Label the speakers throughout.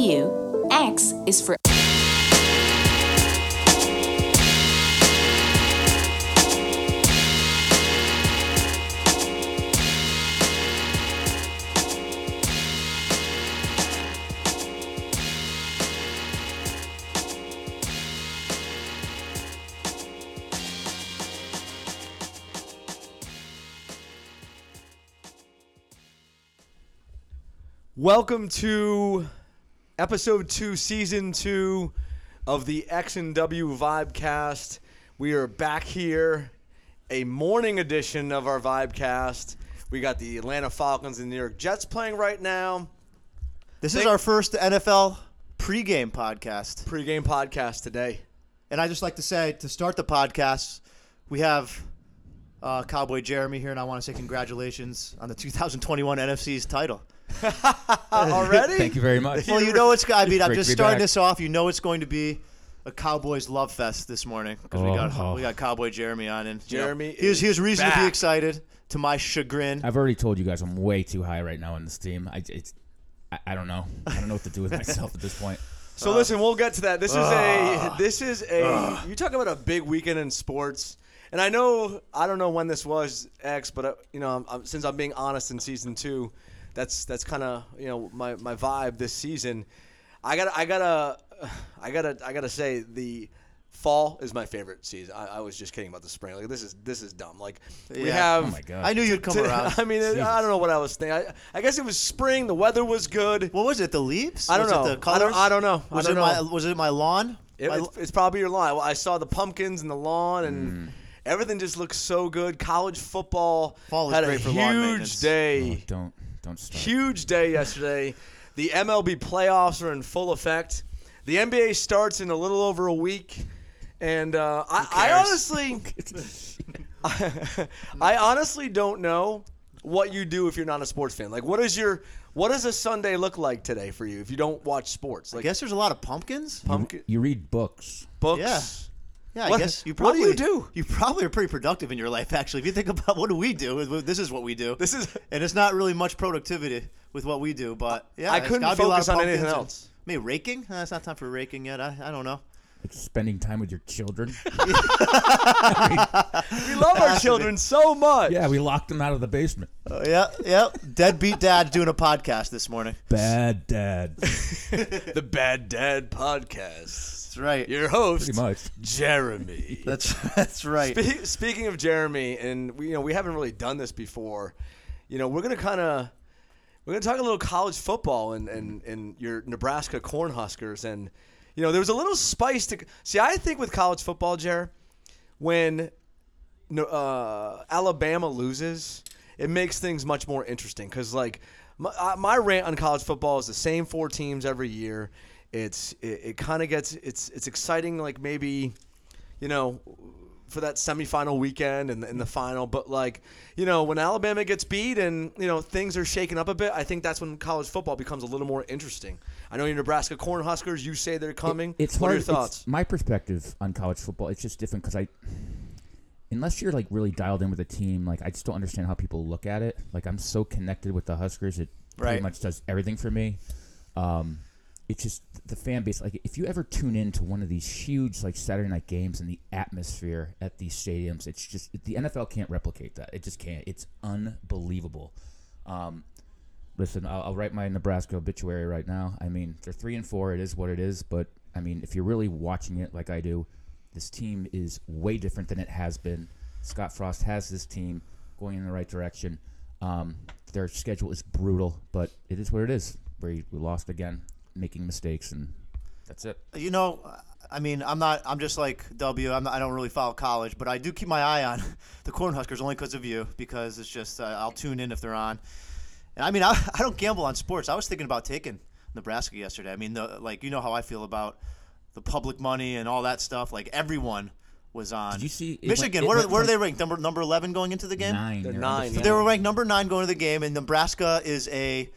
Speaker 1: W. X is for
Speaker 2: Welcome to episode two, season two of the X and W Vibecast. We are back here, a morning edition of our Vibecast. We got the Atlanta Falcons and New York Jets playing right now.
Speaker 3: This is
Speaker 2: Thank-
Speaker 3: our first NFL pregame podcast.
Speaker 2: Pre-game podcast today.
Speaker 3: And I just like to say to start the podcast, we have uh, Cowboy Jeremy here, and I want to say congratulations on the 2021 NFC's title.
Speaker 2: already?
Speaker 4: Thank you very much.
Speaker 3: Well, you know it's I mean, I'm
Speaker 4: Great to
Speaker 3: just
Speaker 4: be
Speaker 3: starting
Speaker 4: back.
Speaker 3: this off. You know it's going to be a Cowboys love fest this morning because we
Speaker 4: Oh.
Speaker 3: got we got Cowboy Jeremy on, and you know,
Speaker 2: Jeremy
Speaker 3: he was he
Speaker 2: is
Speaker 3: was reason to
Speaker 2: back.
Speaker 3: be excited. To my chagrin,
Speaker 4: I've already told you guys I'm way too high right now on this team. I it's, I, I don't know. I don't know what to do with myself at this point. Uh,
Speaker 2: So listen, we'll get to that. This is a this is a you talk about a big weekend in sports. And I know I don't know when this was X, but uh, you know I'm, I'm, since I'm being honest in season two, that's that's kind of you know my, my vibe this season. I gotta I gotta I gotta I gotta say the fall is my favorite season. I, I was just kidding about the spring. Like this is this is dumb. Like we
Speaker 3: Yeah.
Speaker 2: have
Speaker 4: Oh my god.
Speaker 3: I knew you'd come around.
Speaker 2: I mean I don't know what I was thinking. I, I guess it was spring. The weather was good.
Speaker 3: What was it? The leaves?
Speaker 2: I don't
Speaker 3: Was it
Speaker 2: know.
Speaker 3: the
Speaker 2: I don't-
Speaker 3: colors?
Speaker 2: I don't know. I
Speaker 3: Was
Speaker 2: don't
Speaker 3: it
Speaker 2: know.
Speaker 3: my was it my lawn?
Speaker 2: It,
Speaker 3: My-
Speaker 2: it's, it's probably your line. Well, I saw the pumpkins and the lawn, and everything just looks so good. College football
Speaker 3: Fall is
Speaker 2: had a
Speaker 3: great for lawn
Speaker 2: huge
Speaker 3: maintenance.
Speaker 4: Oh,
Speaker 2: day,
Speaker 4: don't don't start.
Speaker 2: huge day yesterday. The MLB playoffs are in full effect. The NBA starts in a little over a week, and uh, I, I honestly, I honestly don't know what you do if you're not a sports fan. Like, what is your what does a Sunday look like today for you if you don't watch sports?
Speaker 3: I
Speaker 2: Like
Speaker 3: guess there's a lot of pumpkins.
Speaker 2: pumpkin
Speaker 4: You read books.
Speaker 2: books.
Speaker 3: Yeah. Yeah,
Speaker 2: What-
Speaker 3: I guess you
Speaker 2: what do
Speaker 3: probably
Speaker 2: you do?
Speaker 3: You probably are pretty productive in your life, actually. If you think about what do we do, this is what we do.
Speaker 2: This is
Speaker 3: and it's not really much productivity with what we do, but yeah,
Speaker 2: I
Speaker 3: it's
Speaker 2: couldn't
Speaker 3: gotta be a lot of
Speaker 2: focus on
Speaker 3: pumpkins
Speaker 2: anything
Speaker 3: and-
Speaker 2: else.
Speaker 3: Maybe raking? Uh, it's not time for raking yet. I, I don't know.
Speaker 4: Like spending time with your children.
Speaker 2: We love our children so much.
Speaker 4: yeah, we locked them out of the basement.
Speaker 2: Oh,
Speaker 3: Uh, yeah, yeah. Deadbeat dad doing a podcast this morning.
Speaker 4: Bad dad.
Speaker 2: The Bad Dad Podcast.
Speaker 3: That's right.
Speaker 2: Your host,
Speaker 4: Pretty much.
Speaker 2: Jeremy.
Speaker 3: that's that's right.
Speaker 2: Spe- Speaking of Jeremy, and we, you know we haven't really done this before. You know we're gonna kind of we're gonna talk a little college football and and and your Nebraska Cornhuskers, and you know there was a little spice to see. I think with college football, Jer, when no- uh, Alabama loses, it makes things much more interesting because like my, uh, my rant on college football is the same four teams every year. It's it, it kind of gets it's it's exciting like maybe you know for that semifinal weekend and, and the final but like you know when alabama gets beat and you know things are shaken up a bit i think that's when college football becomes a little more interesting i know your nebraska cornhuskers you say they're coming
Speaker 4: It's
Speaker 2: what
Speaker 4: hard.
Speaker 2: are your
Speaker 4: it's-
Speaker 2: thoughts
Speaker 4: my perspective on college football, it's just different because I, unless you're like really dialed in with a team, like I just don't understand how people look at it. Like I'm so connected with the Huskers, it
Speaker 3: Right.
Speaker 4: pretty much does everything for me. Um, it's just the fan base. Like if you ever tune in to one of these huge like Saturday night games and the atmosphere at these stadiums, it's just the NFL can't replicate that. It just can't. It's unbelievable. Um, Listen, I'll, I'll write my Nebraska obituary right now. I mean, they're three and four. It is what it is. But I mean, if you're really watching it like I do, this team is way different than it has been. Scott Frost has this team going in the right direction. Um, their schedule is brutal, but it is what it is. We, we lost again, making mistakes, and that's it.
Speaker 3: You know, I mean, I'm not. I'm just like W. I'm not, I don't really follow college, but I do keep my eye on the Cornhuskers only because of you. Because it's just uh, I'll tune in if they're on. And I mean, I, I don't gamble on sports. I was thinking about taking Nebraska yesterday. I mean, the, like you know how I feel about the public money and all that stuff. Like everyone was on.
Speaker 4: Did you see- it went-
Speaker 3: Michigan?
Speaker 4: it
Speaker 3: what are,
Speaker 4: went
Speaker 3: what are
Speaker 4: like-
Speaker 3: they ranked? Number number eleven going into the game.
Speaker 4: Nine.
Speaker 2: They're
Speaker 4: they're
Speaker 2: nine,
Speaker 4: undefeated.
Speaker 2: yeah.
Speaker 3: They were ranked number nine going to the game, and Nebraska is a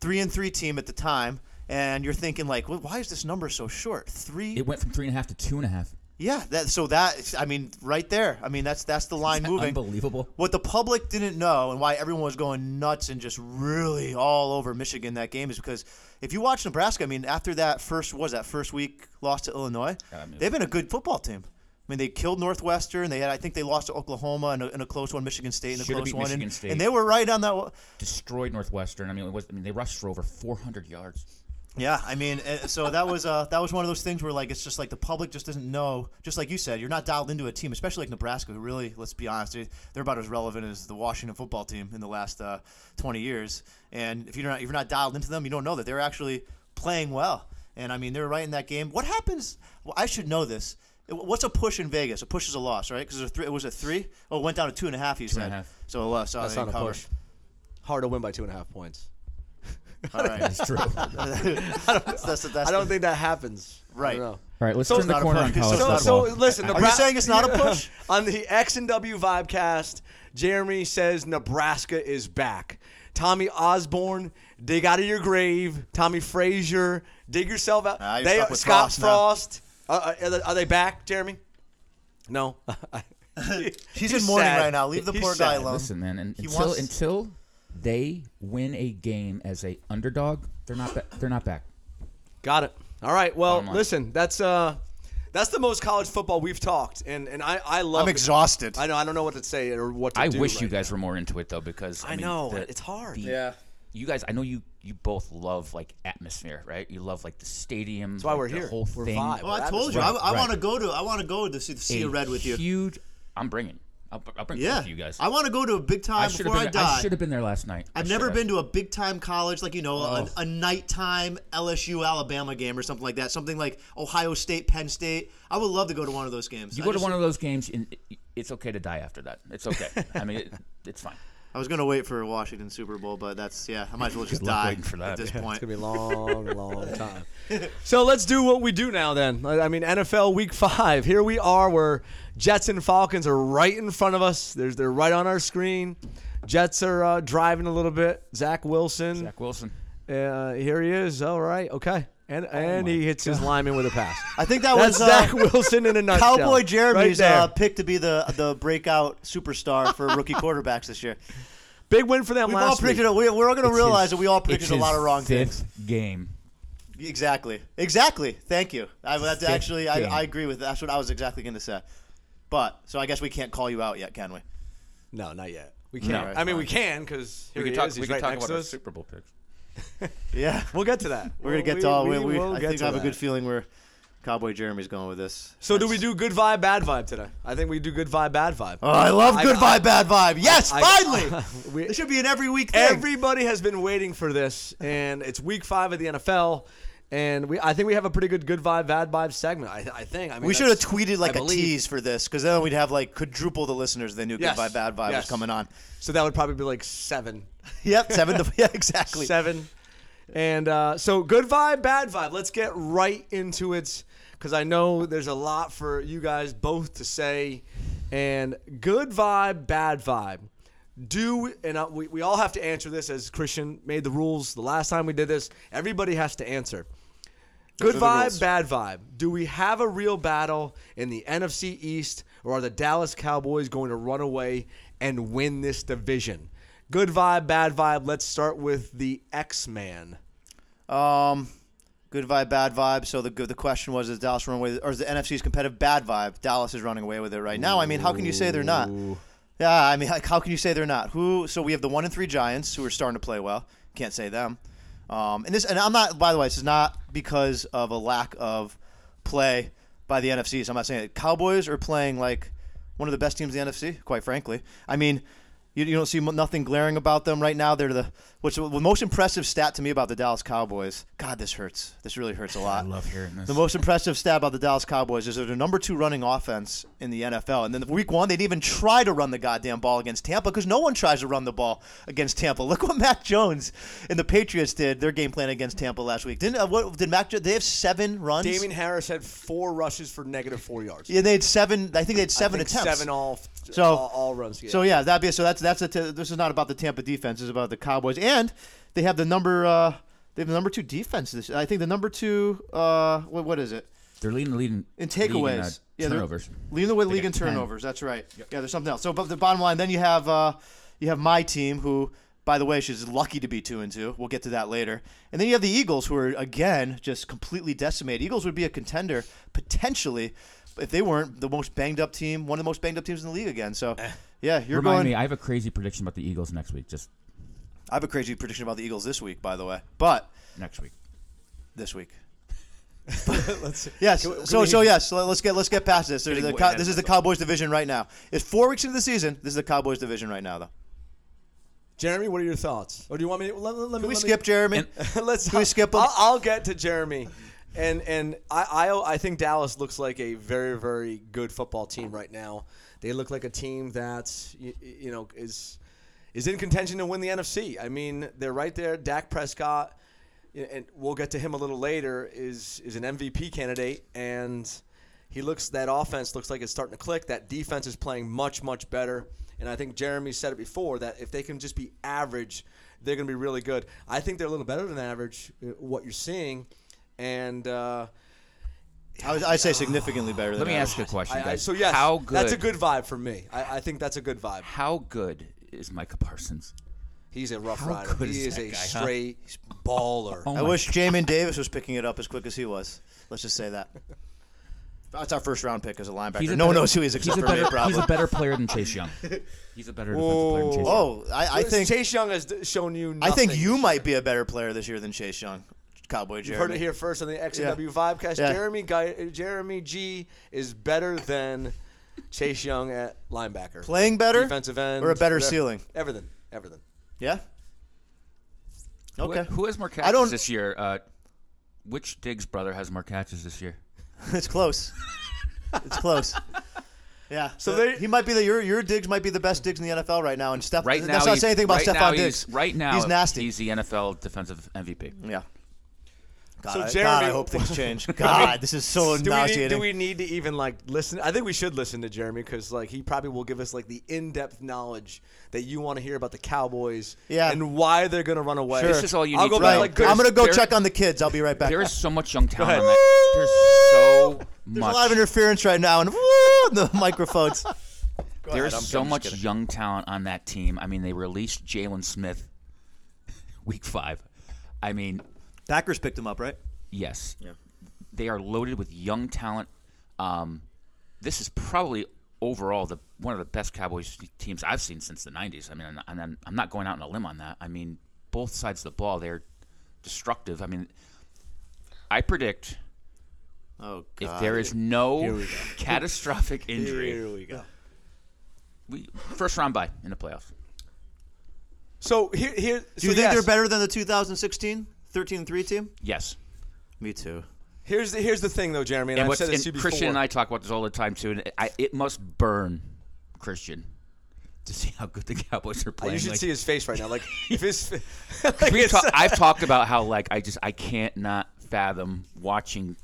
Speaker 3: three and three team at the time. And you're thinking like, well, why is this number so short? Three.
Speaker 4: It went from three and a half to two and a half.
Speaker 3: Yeah, that so that I mean right there. I mean that's that's the line moving.
Speaker 5: Unbelievable.
Speaker 3: What the public didn't know and why everyone was going nuts and just really all over Michigan that game is because if you watch Nebraska, I mean after that first what was that first week loss to Illinois,
Speaker 5: I mean-
Speaker 3: they've been a good football team. I mean they killed Northwestern. They had I think they lost to Oklahoma in a, in a close one, Michigan State in a
Speaker 5: Shoulda
Speaker 3: close
Speaker 5: beat
Speaker 3: one, and,
Speaker 5: Michigan State.
Speaker 3: and they were right on that. wa-
Speaker 5: Destroyed Northwestern. I mean, it was, I mean, they rushed for over 400 yards.
Speaker 3: Yeah, I mean, uh, so that was uh, that was one of those things where like it's just like the public just doesn't know. Just like you said, you're not dialed into a team, especially like Nebraska, who really, let's be honest, they- they're about as relevant as the Washington football team in the last uh, 20 years. And if you're not if you're not dialed into them, you don't know that they're actually playing well. And I mean, they're right in that game. What happens? Well, I should know this. What's a push in Vegas? A push is a loss, right? Because it was a three. Oh, it went down to two and a half. You said
Speaker 5: and a half.
Speaker 3: so a loss. So
Speaker 2: That's
Speaker 3: they
Speaker 2: not a
Speaker 3: cover.
Speaker 2: push. Hard to win by two and a half points.
Speaker 3: All right.
Speaker 5: That's true. All
Speaker 3: that's, that's, the- that's
Speaker 2: I don't
Speaker 3: the-
Speaker 2: think that happens. I don't
Speaker 3: Right.
Speaker 2: know.
Speaker 5: right, let's
Speaker 2: So it's
Speaker 5: turn the
Speaker 3: not a
Speaker 5: corner on
Speaker 3: priority.
Speaker 5: college
Speaker 3: So-
Speaker 2: So,
Speaker 3: Oh,
Speaker 2: so
Speaker 3: not
Speaker 5: football.
Speaker 2: listen,
Speaker 3: Are you
Speaker 2: Nebra-
Speaker 3: saying it's not a push?
Speaker 2: on the X and W Vibecast, Jeremy says Nebraska is back. Tommy Osborne, dig out of your grave. Tommy Frazier, dig yourself out.
Speaker 3: Ah, you're
Speaker 2: they
Speaker 3: stuck with
Speaker 2: Scott
Speaker 3: Frost now.
Speaker 2: Frost. Uh, uh, are, they, are they back, Jeremy? No.
Speaker 3: He's, in mourning
Speaker 2: sad.
Speaker 3: right now. Leave the
Speaker 2: He's
Speaker 3: poor guy
Speaker 2: sad.
Speaker 3: alone.
Speaker 5: Listen, man, and
Speaker 3: He
Speaker 5: until
Speaker 3: wants-
Speaker 5: until they win a game as a underdog, they're not ba- they're not back.
Speaker 2: Got it. All right. Well,
Speaker 5: Bottom line.
Speaker 2: listen, that's uh, that's the most college football we've talked, and and I I love.
Speaker 3: I'm
Speaker 2: it.
Speaker 3: exhausted.
Speaker 2: I know. I don't know what to say or what to
Speaker 5: I
Speaker 2: do
Speaker 5: wish
Speaker 2: right
Speaker 5: you guys were more into it though, because
Speaker 2: I
Speaker 5: I, mean,
Speaker 2: know,
Speaker 5: the-
Speaker 2: it's hard.
Speaker 5: the-
Speaker 2: Yeah.
Speaker 5: you guys. I know you you both love like atmosphere, right? You love like the stadium. That's
Speaker 2: why we're here.
Speaker 5: Whole
Speaker 2: We're
Speaker 5: thing.
Speaker 2: vibe.
Speaker 3: Well, I
Speaker 2: That
Speaker 3: told
Speaker 2: is
Speaker 3: you,
Speaker 5: right,
Speaker 3: I, I
Speaker 5: right.
Speaker 3: want to go to. I want to go to see, see a red with you.
Speaker 5: Huge. I'm bringing. I'll, I'll bring it
Speaker 3: yeah,
Speaker 5: for you guys.
Speaker 3: I want to go to a big time
Speaker 5: should have
Speaker 3: before I
Speaker 5: been. there- I
Speaker 3: die.
Speaker 5: should have been there last night. I
Speaker 3: I've never
Speaker 5: shoulda.
Speaker 3: been to a big time college, like you know,
Speaker 5: Oh.
Speaker 3: a, a nighttime LSU Alabama game or something like that. Something like Ohio State, Penn State. I would love to go to one of those games.
Speaker 5: You
Speaker 3: I
Speaker 5: go to
Speaker 3: just-
Speaker 5: one of those games, and it- it's okay to die after that. It's okay. I mean, it, it's fine.
Speaker 3: I was gonna wait for a Washington Super Bowl, but that's yeah. I might as well just
Speaker 5: luck
Speaker 3: die
Speaker 5: waiting for that.
Speaker 3: at this
Speaker 5: Yeah,
Speaker 3: point.
Speaker 2: It's gonna be a long, long time. So let's do what we do now. Then I I mean, NFL Week Five. Here we are, where Jets and Falcons are right in front of us. There's they're right on our screen. Jets are uh, driving a little bit. Zach Wilson.
Speaker 5: Zach Wilson.
Speaker 2: Uh, here he is. All right. Okay. And and he hits his lineman with a pass.
Speaker 3: I think that
Speaker 2: That's
Speaker 3: was
Speaker 2: Zach
Speaker 3: uh,
Speaker 2: Wilson in a nutshell.
Speaker 3: Cowboy Jeremy's
Speaker 2: right there.
Speaker 3: uh, pick to be the the breakout superstar for rookie quarterbacks this year.
Speaker 2: big win for them
Speaker 3: We've all
Speaker 2: last week.
Speaker 3: predicted. it. We, we're all going to
Speaker 5: It's
Speaker 3: realize
Speaker 5: his-
Speaker 3: that we all
Speaker 5: it's
Speaker 3: predicted a
Speaker 5: his
Speaker 3: lot of wrong
Speaker 5: fifth
Speaker 3: things.
Speaker 5: game.
Speaker 3: Exactly. Exactly. Thank you. I, that's
Speaker 5: fifth
Speaker 3: actually, I,
Speaker 5: game.
Speaker 3: I agree with. That's what I was exactly going to say. But so I guess we can't call you out yet, can we?
Speaker 2: No, not yet. We can't.
Speaker 5: right,
Speaker 2: I mean,
Speaker 3: fine.
Speaker 2: we can because
Speaker 5: We
Speaker 2: he
Speaker 5: could talk.
Speaker 2: is.
Speaker 5: We
Speaker 2: He's
Speaker 5: could
Speaker 2: right
Speaker 5: talk
Speaker 2: next
Speaker 5: about
Speaker 2: to
Speaker 5: our
Speaker 2: us.
Speaker 5: Super Bowl picks.
Speaker 3: Yeah.
Speaker 2: We'll get to that.
Speaker 3: We're going to get
Speaker 2: We-
Speaker 3: to all. We,
Speaker 2: we
Speaker 3: we,
Speaker 2: will
Speaker 3: I
Speaker 2: get
Speaker 3: think
Speaker 2: to
Speaker 3: I have a
Speaker 2: that.
Speaker 3: good feeling where Cowboy Jeremy's going with this.
Speaker 2: So do we
Speaker 3: That's-
Speaker 2: do good vibe, bad vibe today? I think we do good vibe, bad vibe.
Speaker 3: Oh, I love
Speaker 2: I-
Speaker 3: good
Speaker 2: I-
Speaker 3: vibe, bad vibe. Yes,
Speaker 2: I-
Speaker 3: finally.
Speaker 2: we-
Speaker 3: this should be an every week thing.
Speaker 2: Everybody has been waiting for this, and it's week five of the NFL, and we I think we have a pretty good good vibe, bad vibe segment. I, I think. I mean,
Speaker 3: we should have
Speaker 2: that's-
Speaker 3: tweeted like
Speaker 2: I
Speaker 3: a
Speaker 2: believe.
Speaker 3: tease for this because then we'd have like quadruple the listeners they knew
Speaker 2: Yes,
Speaker 3: good vibe, bad vibe
Speaker 2: yes.
Speaker 3: was coming on.
Speaker 2: So that would probably be like seven,
Speaker 3: Yep, seven to yeah, exactly.
Speaker 2: seven, and uh, so good vibe, bad vibe. Let's get right into it because I know there's a lot for you guys both to say, and good vibe, bad vibe. do and uh, we, we all have to answer this as christian made the rules the last time we did this everybody has to answer good
Speaker 3: are the rules.
Speaker 2: vibe bad vibe do we have a real battle in the nfc east or are the dallas cowboys going to run away and win this division good vibe bad vibe let's start with the x-man
Speaker 3: Um, good vibe, bad vibe. So the the question was, is Dallas running away, with- or is the NFC's competitive bad vibe? Dallas is running away with it right now. I mean, how can you say they're not? Yeah, I mean, like, how can you say they're not? Who? So we have the one and three Giants who are starting to play well. Can't say them. Um, and this, and I'm not. By the way, this is not because of a lack of play by the NFC. So I'm not saying it. Cowboys are playing like one of the best teams in the NFC. Quite frankly, I mean. You, you don't see mo- nothing glaring about them right now. They're the what's the most impressive stat to me about the Dallas Cowboys. God, this hurts. This really hurts a lot.
Speaker 5: I love hearing this.
Speaker 3: The most impressive stat about the Dallas Cowboys is they're the number two running offense in the NFL. And then week one, they didn't even try to run the goddamn ball against Tampa because no one tries to run the ball against Tampa. Look what Mac Jones and the Patriots did their game plan against Tampa last week. Didn't uh, what did Mac? Jo- They have seven runs.
Speaker 2: damien harris had four rushes for negative four yards
Speaker 3: yeah, they had seven. I think they had
Speaker 2: I
Speaker 3: seven
Speaker 2: think
Speaker 3: attempts.
Speaker 2: seven all
Speaker 3: So-
Speaker 2: all, all runs
Speaker 3: So yeah, that be so. That's that's a t- this is not about the Tampa defense. It's about the Cowboys, and they have the number uh, they have the number two defense. This I think the number two uh, what, what is it?
Speaker 5: They're leading the lead in,
Speaker 3: In
Speaker 5: league in, uh,
Speaker 3: takeaways. Yeah, they're-
Speaker 5: turnovers.
Speaker 3: Leading the way, the
Speaker 5: They
Speaker 3: league
Speaker 5: got
Speaker 3: in
Speaker 5: 10.
Speaker 3: turnovers. That's right. Yeah, there's something else. So, but the bottom line, then you have uh, you have my team, who, by the way, she's lucky to be two and two. We'll get to that later. And then you have the Eagles, who are again just completely decimated. Eagles would be a contender potentially if they weren't the most banged up team, one of the most banged up teams in the league again. So, yeah,
Speaker 5: Eh.
Speaker 3: you're
Speaker 5: Remind
Speaker 3: going.
Speaker 5: me, I have a crazy prediction about the Eagles next week. Just
Speaker 3: I have a crazy prediction about the Eagles this week, by the way, but
Speaker 5: next week.
Speaker 3: this week.
Speaker 2: Let's,
Speaker 3: Yes.
Speaker 2: Can we- can
Speaker 3: so
Speaker 2: we-
Speaker 3: so yes. let- Let's get let's get past this. There's
Speaker 2: Getting
Speaker 3: the,
Speaker 2: way
Speaker 3: Cow-
Speaker 2: ahead
Speaker 3: this
Speaker 2: of
Speaker 3: is the Cowboys division right now. It's four weeks into the season. This is the Cowboys division right now, though.
Speaker 2: Jeremy, what are your thoughts? Or do you want me? To, let, let, let
Speaker 3: Can
Speaker 2: me
Speaker 3: we
Speaker 2: let
Speaker 3: skip
Speaker 2: me,
Speaker 3: Jeremy?
Speaker 2: Let's.
Speaker 3: Can we skip him?
Speaker 2: I'll, I'll get to Jeremy, and and I, I I think Dallas looks like a very very good football team right now. They look like a team that you, you know is is in contention to win the NFC. I mean, they're right there. Dak Prescott, and we'll get to him a little later. Is is an MVP candidate and. He looks that offense looks like it's starting to click. That defense is playing much much better, and I think Jeremy said it before that if they can just be average, they're going to be really good. I think they're a little better than average. uh, What you're seeing, and uh,
Speaker 3: I, would- I'd say significantly better than
Speaker 4: Let me
Speaker 3: average.
Speaker 4: ask you a question,
Speaker 2: I, I,
Speaker 4: guys.
Speaker 2: so yes,
Speaker 4: how good?
Speaker 2: that's a good vibe for me. I, I think that's a good vibe.
Speaker 4: How good is Micah Parsons?
Speaker 2: He's a rough
Speaker 4: How
Speaker 2: rider.
Speaker 4: good
Speaker 2: He is,
Speaker 4: is that
Speaker 2: a
Speaker 4: guy, huh?
Speaker 2: straight baller.
Speaker 5: Oh
Speaker 3: I
Speaker 5: my-
Speaker 3: wish Jamin Davis was picking it up as quick as he was. Let's just say that. That's our first round pick as a linebacker.
Speaker 5: He's a
Speaker 3: no one
Speaker 5: better-
Speaker 3: knows who he is
Speaker 5: He's
Speaker 3: except
Speaker 5: a,
Speaker 3: for
Speaker 5: better,
Speaker 3: me, probably.
Speaker 5: he's a better player than Chase Young. He's a better defensive player than Chase Young.
Speaker 3: oh, I, I think
Speaker 2: Chase Young has d- shown you.
Speaker 3: I
Speaker 2: Nothing.
Speaker 3: think you might be a better player this year than Chase Young, Cowboy
Speaker 2: You've
Speaker 3: Jeremy.
Speaker 2: heard it here first on the X and W Vibecast.
Speaker 3: Yeah.
Speaker 2: Jeremy Guy, Jeremy G is better than Chase Young at linebacker.
Speaker 3: Playing better
Speaker 2: defensive end,
Speaker 3: or a better
Speaker 2: re-
Speaker 3: ceiling.
Speaker 2: Everything, everything.
Speaker 3: Yeah.
Speaker 4: Who-
Speaker 3: Okay.
Speaker 4: Who, has more catches
Speaker 3: I don't-
Speaker 4: this year? Uh, which Diggs brother has more catches this year?
Speaker 3: It's close. it's close. Yeah.
Speaker 2: So
Speaker 3: So
Speaker 2: they-
Speaker 3: he might be the your your Diggs might be the best Diggs in the NFL right now. And Steph
Speaker 4: Right now,
Speaker 3: that's not
Speaker 4: he's-
Speaker 3: saying anything about
Speaker 4: right now
Speaker 3: Stephon
Speaker 4: he's-
Speaker 3: Diggs.
Speaker 4: Right now,
Speaker 3: he's nasty.
Speaker 4: He's the NFL defensive MVP.
Speaker 3: yeah. God,
Speaker 2: So
Speaker 3: I, God,
Speaker 2: Jeremy-
Speaker 3: I hope things change. God, this is so
Speaker 2: do, we need,
Speaker 3: nauseating.
Speaker 2: do we need to even like listen? I think we should listen to Jeremy because like he probably will give us like the in-depth knowledge that you want to hear about the Cowboys
Speaker 3: Yeah.
Speaker 2: and why they're gonna run away.
Speaker 4: This is all you
Speaker 2: I'll
Speaker 4: need
Speaker 2: go
Speaker 4: to
Speaker 2: back
Speaker 3: right.
Speaker 4: know.
Speaker 2: like
Speaker 4: there's-
Speaker 3: I'm gonna go
Speaker 4: there-
Speaker 3: check on the kids. I'll be right back.
Speaker 4: There is so much young
Speaker 2: ahead.
Speaker 4: talent. on that- There's so
Speaker 3: There's
Speaker 4: much.
Speaker 3: a lot of interference right now, and woo, the microphones. Go ahead,
Speaker 4: There's
Speaker 3: I'm-
Speaker 4: so
Speaker 3: I'm just
Speaker 4: much
Speaker 3: kidding.
Speaker 4: young talent on that team. I mean, they released Jalen Smith week five. I mean,
Speaker 3: Packers picked him up, right?
Speaker 4: yes. They are loaded with young talent. Um, this is probably overall the one of the best Cowboys teams I've seen since the 90s. I mean, and I'm, I'm not going out on a limb on that. I mean, both sides of the ball, they're destructive. I mean, I predict
Speaker 3: Oh
Speaker 4: if
Speaker 3: God.
Speaker 4: there is no catastrophic injury,
Speaker 2: Here we go.
Speaker 4: we, first round bye in the playoffs.
Speaker 2: So here, here.
Speaker 3: do you think they're better than the 2016 13-3 team?
Speaker 4: Yes.
Speaker 3: Me too.
Speaker 2: Here's the here's the thing though, Jeremy, and,
Speaker 4: and,
Speaker 2: I've
Speaker 4: what's,
Speaker 2: said this to you
Speaker 4: and
Speaker 2: before.
Speaker 4: Christian and I talk about this all the time too, and I, it must burn Christian to see how good the Cowboys are playing.
Speaker 2: you should
Speaker 4: Like,
Speaker 2: see his face right now. Like if his, fa- like,
Speaker 4: 'cause we've ta- I've talked about how like I just I can't not fathom watching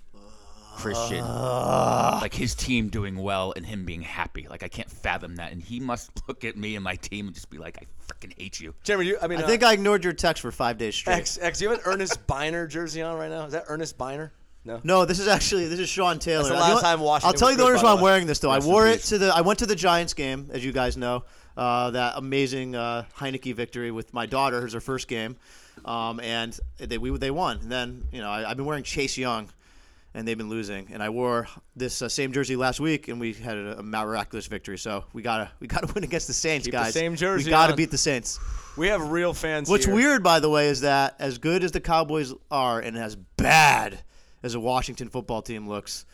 Speaker 4: Christian
Speaker 3: Uh.
Speaker 4: like his team doing well and him being happy. Like I can't fathom that, and he must look at me and my team and just be like, I freaking hate you.
Speaker 2: Jeremy, you, I mean, uh,
Speaker 3: I think I ignored your text for five days straight.
Speaker 2: X X. You have an Ernest Biner jersey on right now. Is that Ernest Biner? No.
Speaker 3: No, this is actually this is Sean Taylor.
Speaker 2: the
Speaker 3: You
Speaker 2: last
Speaker 3: know what?
Speaker 2: time Washington
Speaker 3: I'll tell
Speaker 2: was
Speaker 3: you the
Speaker 2: good,
Speaker 3: reason
Speaker 2: by
Speaker 3: why
Speaker 2: the
Speaker 3: I'm
Speaker 2: way.
Speaker 3: wearing this though. I
Speaker 4: Rest in
Speaker 3: wore it
Speaker 4: peace.
Speaker 3: to the. I went to the Giants game, as you guys know, uh, that amazing uh, Heineke victory with my daughter. It was her first game, um, and they we they won. And then you know I, I've been wearing Chase Young, and they've been losing. And I wore this uh, same jersey last week, and we had a, a miraculous victory. So we gotta we gotta win against the Saints,
Speaker 2: Keep the
Speaker 3: guys.
Speaker 2: same
Speaker 3: We
Speaker 2: jersey
Speaker 3: gotta
Speaker 2: on.
Speaker 3: beat the Saints.
Speaker 2: We have real fans.
Speaker 3: What's
Speaker 2: here.
Speaker 3: weird, by the way, is that as good as the Cowboys are, and as bad as the Washington football team looks,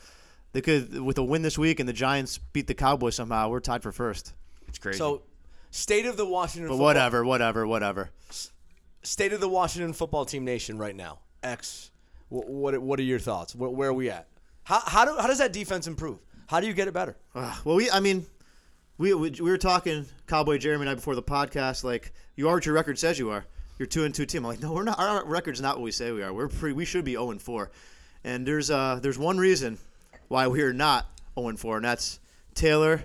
Speaker 3: they could with a win this week and the Giants beat the Cowboys somehow. We're tied for first.
Speaker 4: It's crazy.
Speaker 2: So, state of the Washington.
Speaker 3: But
Speaker 2: football,
Speaker 3: whatever, whatever, whatever.
Speaker 2: State of the Washington football team nation right now. X. What what, what are your thoughts? Where, where are we at? How how, do, how does that defense improve? How do you get it better?
Speaker 4: Ah.
Speaker 3: Ugh, well, we, I mean, we, we we were talking Cowboy Jeremy and I before the podcast. Like, you are what your record says you are. You're two and two team. I'm like, no, we're not. Our record's not what we say we are. We're pre, we should be zero and four. And there's uh there's one reason why we are not zero and four, and that's Taylor,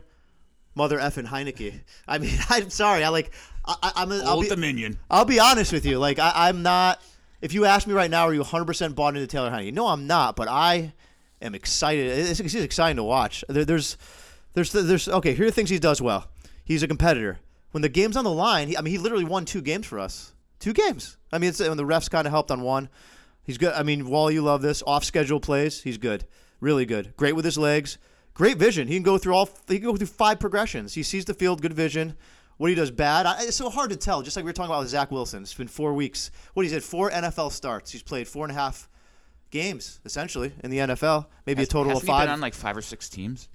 Speaker 3: mother effing Heineke. I mean, I'm sorry. I like. I, I- I'm. A, I'll
Speaker 4: Old
Speaker 3: be,
Speaker 4: Dominion.
Speaker 3: I'll be honest with you. Like I, I'm not. If you ask me right now, are you 100% bought into Taylor Heineke? No, I'm not. But I am excited. It's, it's exciting to watch. There, there's, there's, there's. Okay, here are things he does well. He's a competitor. When the game's on the line, he, I mean, he literally won two games for us. Two games. I mean, it's when the refs kind of helped on one. He's good. I mean, Wall, you love this off schedule plays. He's good, really good. Great with his legs. Great vision. He can go through all. He can go through five progressions. He sees the field. Good vision. What he does bad, I, it's so hard to tell. Just like we were talking about with Zach Wilson, it's been four weeks. What he's had four NFL starts. He's played four and a half games essentially in the NFL. Maybe
Speaker 4: Has-
Speaker 3: a total of
Speaker 4: hasn't he
Speaker 3: five.
Speaker 4: been on like five or six teams.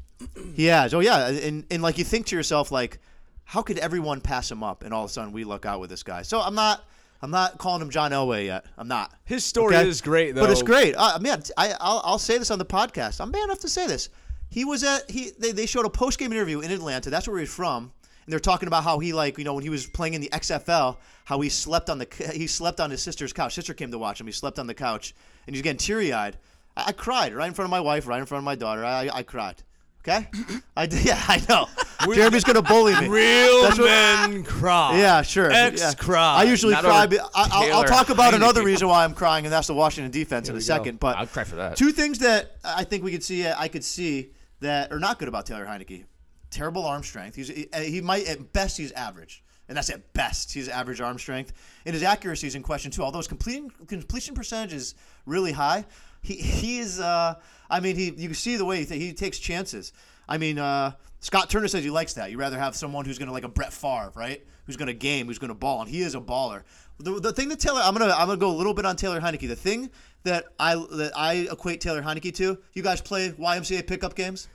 Speaker 3: He has. Oh yeah, and and like you think to yourself like, how could everyone pass him up? And all of a sudden we luck out with this guy. So I'm not. I'm not calling him John Elway yet. I'm not.
Speaker 2: His story
Speaker 3: Okay?
Speaker 2: is great, though.
Speaker 3: But it's great. Uh, man, I, I'll, I'll say this on the podcast. I'm man enough to say this. He was at he. They, they showed a post game interview in Atlanta. That's where he was from. And they're talking about how he like you know when he was playing in the XFL, how he slept on the c- he slept on his sister's couch. Sister came to watch him. He slept on the couch, and he's getting teary eyed. I, I cried right in front of my wife, right in front of my daughter. I I, I cried. Okay, I did. Yeah, I know. Jeremy's gonna bully me.
Speaker 2: Real
Speaker 3: That's what-
Speaker 2: men cry.
Speaker 3: Yeah, sure.
Speaker 2: Ex
Speaker 3: yeah.
Speaker 2: cry.
Speaker 3: I usually
Speaker 4: Not
Speaker 3: cry.
Speaker 4: over
Speaker 3: be- I, I'll, I'll
Speaker 4: Taylor
Speaker 3: talk about another
Speaker 4: Heineke.
Speaker 3: reason why I'm crying, and that's the Washington defense in a
Speaker 2: we go.
Speaker 3: second. But
Speaker 4: I'd cry for that.
Speaker 3: Two things that I think we could see. I could see that are not good about Taylor Heineke. Terrible arm strength. He's he, he might at best he's average, and that's at best he's average arm strength. And his accuracy is in question too. Although his completion completion percentage is really high, he he is. Uh, I mean, he you can see the way he, th- he takes chances. I mean, uh, Scott Turner says he likes that. You rather have someone who's going to like a Brett Favre, right? Who's going to game? Who's going to ball? And he is a baller. The, the thing that Taylor, I'm gonna I'm gonna go a little bit on Taylor Heineke. The thing that I that I equate Taylor Heineke to, you guys play YMCA pickup games.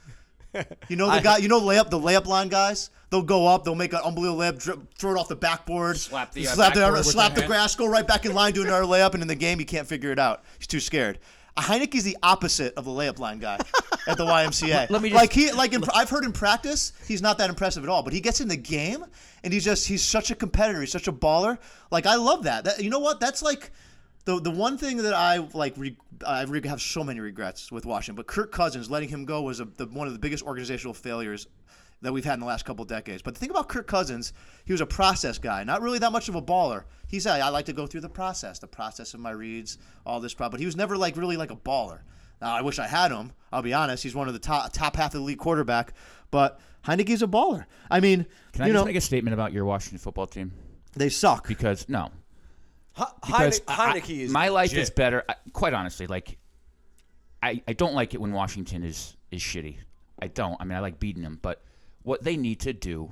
Speaker 3: You know the guy, you know layup the layup line guys. They'll go up, they'll make an unbelievable layup, dri- throw it off the backboard,
Speaker 4: Slap the, uh,
Speaker 3: slap the
Speaker 4: backboard with
Speaker 3: slap
Speaker 4: the
Speaker 3: the
Speaker 4: hand.
Speaker 3: grass, go right back in line, do another layup, and in the game he can't figure it out. He's too scared. Heineke's the opposite of the layup line guy at the YMCA.
Speaker 4: let me just-
Speaker 3: like he like in, I've heard in practice he's not that impressive at all, but he gets in the game and he's just he's such a competitor, he's such a baller. Like I love that. That you know what? That's like the the one thing that I like re, I re, have so many regrets with Washington, but Kirk Cousins letting him go was a, the, one of the biggest organizational failures that we've had in the last couple decades. But the thing about Kirk Cousins, he was a process guy, not really that much of a baller. He said, "I like to go through the process, the process of my reads, all this problem." But he was never like really like a baller. Now I wish I had him. I'll be honest; he's one of the top top half of the league quarterback. But Heineke's a baller. I mean,
Speaker 5: Can
Speaker 4: Can I
Speaker 3: you
Speaker 4: just
Speaker 3: know,
Speaker 4: make a statement about your Washington football team?
Speaker 3: they suck.
Speaker 4: Because no,
Speaker 2: He-
Speaker 4: because
Speaker 2: Heine-
Speaker 4: I-
Speaker 2: Heineke is
Speaker 4: my life is
Speaker 2: legit.
Speaker 4: better. I, quite honestly, like I, I don't like it when Washington is is shitty. I don't. I mean, I like beating them, but what they need to do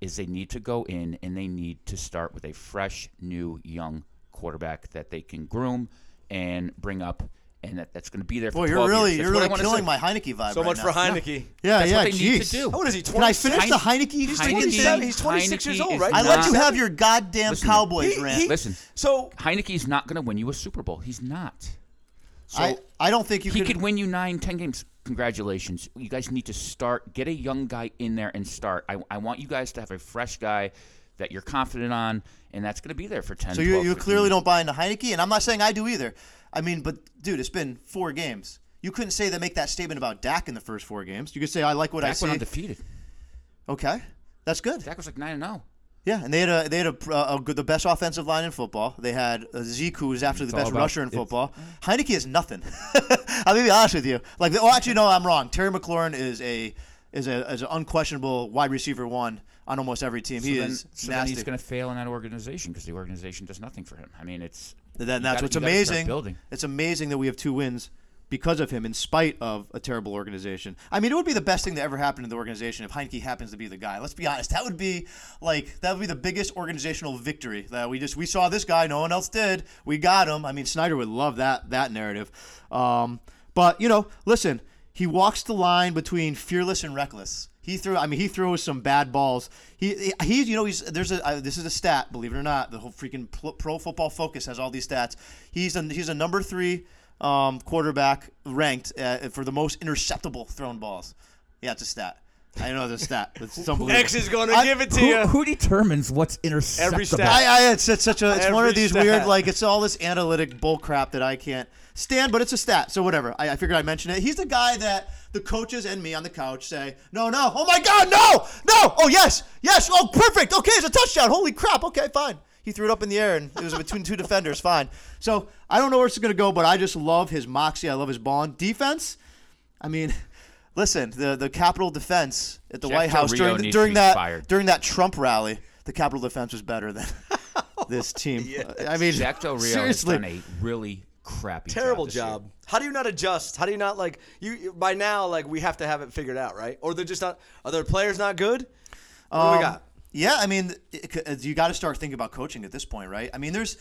Speaker 4: is they need to go in and they need to start with a fresh, new, young quarterback that they can groom and bring up, and that, that's going to be there for.
Speaker 3: Boy,
Speaker 4: 12
Speaker 3: you're
Speaker 4: years.
Speaker 3: really
Speaker 4: That's
Speaker 3: you're
Speaker 4: what I
Speaker 3: really
Speaker 4: wanna
Speaker 3: killing
Speaker 4: say.
Speaker 3: my Heineke vibe.
Speaker 2: So
Speaker 3: right
Speaker 2: much
Speaker 3: now.
Speaker 2: for Heineke.
Speaker 3: Yeah,
Speaker 4: That's
Speaker 3: yeah.
Speaker 4: what they
Speaker 3: jeez.
Speaker 4: need to do.
Speaker 2: Oh, What is he? 26?
Speaker 3: Can I finish the Heineke?
Speaker 2: He's
Speaker 3: thing?
Speaker 4: Heineke-
Speaker 2: 27. He's 26 years old,
Speaker 4: is
Speaker 2: right?
Speaker 3: I let you
Speaker 4: not-
Speaker 3: have your goddamn
Speaker 4: Listen,
Speaker 3: Cowboys
Speaker 2: He-
Speaker 3: rant.
Speaker 2: he-
Speaker 4: Listen.
Speaker 2: So
Speaker 4: Heineke's not going to win you a Super Bowl. He's not. So
Speaker 3: I, I don't think you
Speaker 4: he
Speaker 3: could.
Speaker 4: could win you nine, ten games. Congratulations. You guys need to start. Get a young guy in there and start. I, I want you guys to have a fresh guy that you're confident on, and that's going to be there for 10
Speaker 3: so you,
Speaker 4: 12,
Speaker 3: you
Speaker 4: 15.
Speaker 3: clearly don't buy into Heineke, and I'm not saying I do either. I mean, but dude, it's been four games. You couldn't say that make that statement about Dak in the first four games. You could say I like what I
Speaker 4: Dak
Speaker 3: see.
Speaker 4: went undefeated.
Speaker 3: okay, that's good.
Speaker 4: Dak was like 9 and oh. 0.
Speaker 3: Yeah, and they had a they had a, uh, a good, the best offensive line in football. They had uh, Zeke, who was actually the
Speaker 5: all
Speaker 3: best
Speaker 5: about-
Speaker 3: rusher in
Speaker 5: it's-
Speaker 3: football. Heineke is nothing. I'm gonna be honest with you. Like, oh, actually, no, I'm wrong. Terry McLaurin is a is a is an unquestionable wide receiver one on almost every team. he
Speaker 4: then,
Speaker 3: is
Speaker 4: so then
Speaker 3: nasty.
Speaker 4: he's going to fail in that organization because the organization does nothing for him. I mean, it's.
Speaker 3: And then
Speaker 4: you
Speaker 3: that's
Speaker 4: gotta-
Speaker 3: what's
Speaker 4: you gotta start
Speaker 3: amazing.
Speaker 4: building.
Speaker 3: It's amazing that we have two wins because of him, in spite of a terrible organization. I mean, it would be the best thing that ever happened to the organization if Heineke happens to be the guy. Let's be honest. That would be like that would be the biggest organizational victory that we just we saw this guy. No one else did. We got him. I mean, Snyder would love that that narrative. Um, but you know, listen, he walks the line between fearless and reckless. He threw. I mean, he throws some bad balls. He, he he's you know he's there's a uh, this is a stat. Believe it or not, the whole freaking pl- Pro Football Focus has all these stats. He's a, he's a number three um, quarterback ranked uh, for the most interceptable thrown balls. Yeah, it's a stat. I know the stat. It's unbelievable.
Speaker 2: X is going to
Speaker 3: I-
Speaker 2: give it to
Speaker 5: Who,
Speaker 2: you.
Speaker 5: who determines what's interceptable?
Speaker 2: stat.
Speaker 3: I, I, it's, it's such a it's one
Speaker 2: Every
Speaker 3: of these
Speaker 2: stat.
Speaker 3: weird like it's all this analytic bull crap that I can't stand, but it's a stat. So whatever. I, I figured I'd mention it. He's the guy that the coaches and me on the couch say, no, no, oh my god, no, no, oh yes, yes, oh perfect, okay, it's a touchdown. Holy crap, okay, fine. He threw it up in the air and it was between two defenders, fine. So I don't know where it's gonna go, but I just love his moxie. I love his ball. And defense, I mean, listen, the the Capitol defense at the
Speaker 4: Jeff
Speaker 3: White
Speaker 4: Del
Speaker 3: House
Speaker 4: Rio
Speaker 3: during the,
Speaker 4: needs
Speaker 3: during
Speaker 4: to be
Speaker 3: that
Speaker 4: fired.
Speaker 3: during that Trump rally, the Capitol defense was better than this team. Uh, I mean,
Speaker 4: Jack Del Rio
Speaker 3: seriously,
Speaker 4: has done a really crappy,
Speaker 2: Terrible
Speaker 4: job. this year.
Speaker 2: job. How do you not adjust? How do you not like you by now? Like we have to have it figured out, right? Or they're just not. Are their players not good? What do we
Speaker 3: Um,
Speaker 2: got?
Speaker 3: Yeah, I mean, it, it- you got to start thinking about coaching at this point, right? I mean, there's,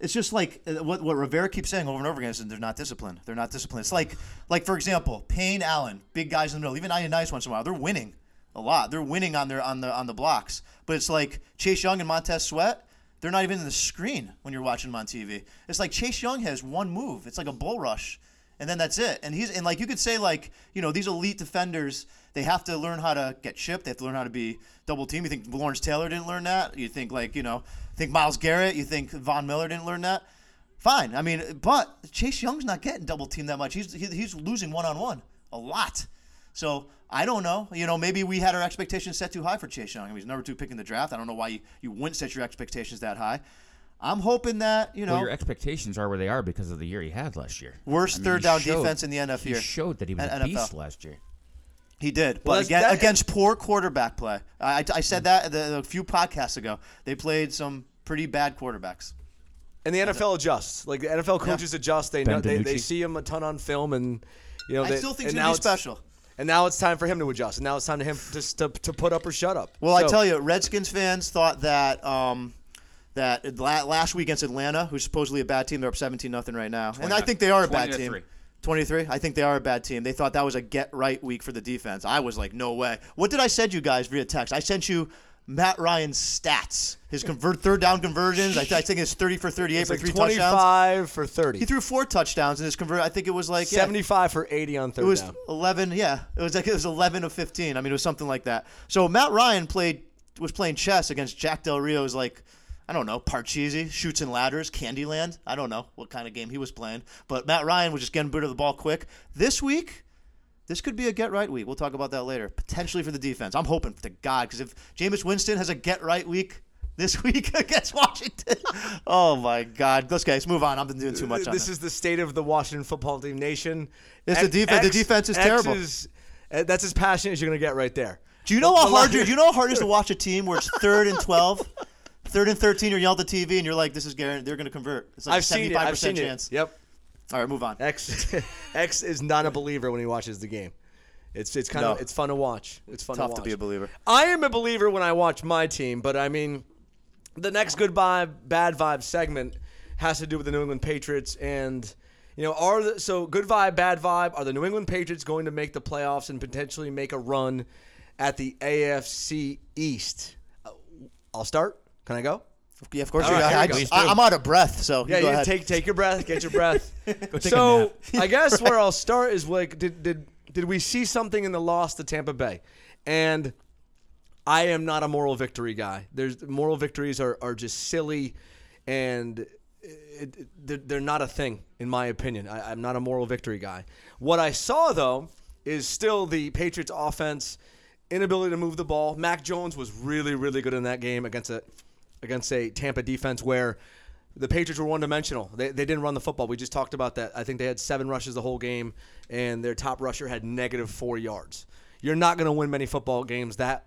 Speaker 3: it's just like uh, what what Rivera keeps saying over and over again is that they're not disciplined. They're not disciplined. It's like like for example, Payne Allen, big guys in the middle, even Ian Nice once in a while, they're winning a lot. They're winning on their on the on the blocks, but it's like Chase Young and Montez Sweat. They're not even in the screen when you're watching them on TV. It's like Chase Young has one move. It's like a bull rush and then that's it. And he's and like you could say like you know these elite defenders they have to learn how to get chipped. They have to learn how to be double team. You think Lawrence Taylor didn't learn that? You think like you know think Miles Garrett? You think Von Miller didn't learn that? Fine. I mean, but Chase Young's not getting double teamed that much. He's he, he's losing one on one a lot. So I don't know. You know, maybe we had our expectations set too high for Chase Young. I mean, he's number two pick in the draft. I don't know why you, you wouldn't set your expectations that high. I'm hoping that you know
Speaker 5: Well, your expectations are where they are because of the year he had last year.
Speaker 3: Worst
Speaker 5: I mean,
Speaker 3: third
Speaker 5: he
Speaker 3: down
Speaker 5: showed-
Speaker 3: defense in the NF
Speaker 5: He
Speaker 3: year.
Speaker 5: showed that he was
Speaker 3: And
Speaker 5: a
Speaker 3: NFL.
Speaker 5: beast last year.
Speaker 3: He did,
Speaker 2: Well, that's-
Speaker 3: but again,
Speaker 2: that-
Speaker 3: against poor quarterback play. I, I- I said that the, a few podcasts ago. They played some pretty bad quarterbacks.
Speaker 2: And the NFL adjusts. Like the NFL coaches adjust. They
Speaker 5: Ben
Speaker 2: know, they, they
Speaker 5: DiNucci.
Speaker 2: see him a ton on film, and you know.
Speaker 3: I
Speaker 2: they,
Speaker 3: still think
Speaker 2: and
Speaker 3: he's
Speaker 2: now
Speaker 3: gonna be
Speaker 2: it's-
Speaker 3: special.
Speaker 2: And now it's time for him to adjust. And now it's time to him to to, to put up or shut up.
Speaker 3: Well, I
Speaker 2: So-
Speaker 3: tell you, Redskins fans thought that um, that la- last week against Atlanta, who's supposedly a bad team, they're up seventeen nothing right now, and I
Speaker 4: 29
Speaker 3: think they are a bad
Speaker 4: 20 to
Speaker 3: team.
Speaker 4: three.
Speaker 3: Twenty-three. I think they are a bad team. They thought that was a get right week for the defense. I was like, no way. What did I send you guys via text? I sent you. Matt Ryan's stats, his convert third down conversions. I, th- I think it's thirty for thirty-eight
Speaker 2: it's
Speaker 3: for
Speaker 2: like
Speaker 3: three touchdowns.
Speaker 2: 25 for 30.
Speaker 3: He threw four touchdowns in his convert. I think it was like yeah,
Speaker 2: 75 for 80 on third
Speaker 3: It was
Speaker 2: down.
Speaker 3: eleven. Yeah, it was like it was eleven of fifteen. I mean, it was something like that. So Matt Ryan played was playing chess against Jack Del Rio's like I don't know Parcheesi, shoots and ladders, Candyland. I don't know what kind of game he was playing, but Matt Ryan was just getting rid of the ball quick. This week, this could be a get right week. We'll talk about that later. Potentially for the defense. I'm hoping to God because if Jameis Winston has a get right week. This week against Washington. Oh my God! Let's guys move on. I've been doing too much. on
Speaker 2: This is the state of the Washington football team nation.
Speaker 3: It's the defen- the defense is terrible.
Speaker 2: is- uh, that's as passionate as you're going to get right there.
Speaker 3: Do you know how
Speaker 2: The line-
Speaker 3: hard you, do you know how hard it is to watch a team where it's third and 12, third and 13, you're yelling at the TV and you're like, this is guaranteed, they're going to convert. It's like
Speaker 2: I've
Speaker 3: a 75%
Speaker 2: seen it. I've seen
Speaker 3: chance.
Speaker 2: it. Yep.
Speaker 3: All right, move on.
Speaker 2: X X is not a believer when he watches the game. It's it's kind of
Speaker 3: No.
Speaker 2: it's fun to watch. It's fun
Speaker 3: Tough
Speaker 2: to,
Speaker 3: to
Speaker 2: watch.
Speaker 3: be a believer.
Speaker 2: I am a believer when I watch my team, but I mean, the next good vibe, bad vibe segment has to do with the New England Patriots and. You know, are the, so good vibe, bad vibe. Are the New England Patriots going to make the playoffs and potentially make a run at the AFC East? Uh, I'll start. Can I go?
Speaker 3: Yeah, of course.
Speaker 2: All
Speaker 3: you
Speaker 2: right,
Speaker 3: got-
Speaker 2: here
Speaker 3: I,
Speaker 2: we go.
Speaker 3: just- I, am out of breath, so
Speaker 2: Yeah,
Speaker 3: you go
Speaker 2: you
Speaker 3: ahead.
Speaker 2: take take your breath, get your breath.
Speaker 5: take a
Speaker 2: so
Speaker 5: nap.
Speaker 2: I guess where I'll start is like did did did we see something in the loss to Tampa Bay? And I am not a moral victory guy. There's moral victories are, are just silly, and it, it, they're, they're not a thing in my opinion. I, I'm not a moral victory guy. What I saw though is still the Patriots offense inability to move the ball. Mac Jones was really really good in that game against a against a Tampa defense where the Patriots were one dimensional. They, they didn't run the football. We just talked about that. I think they had seven rushes the whole game, and their top rusher had negative four yards. You're not going to win many football games that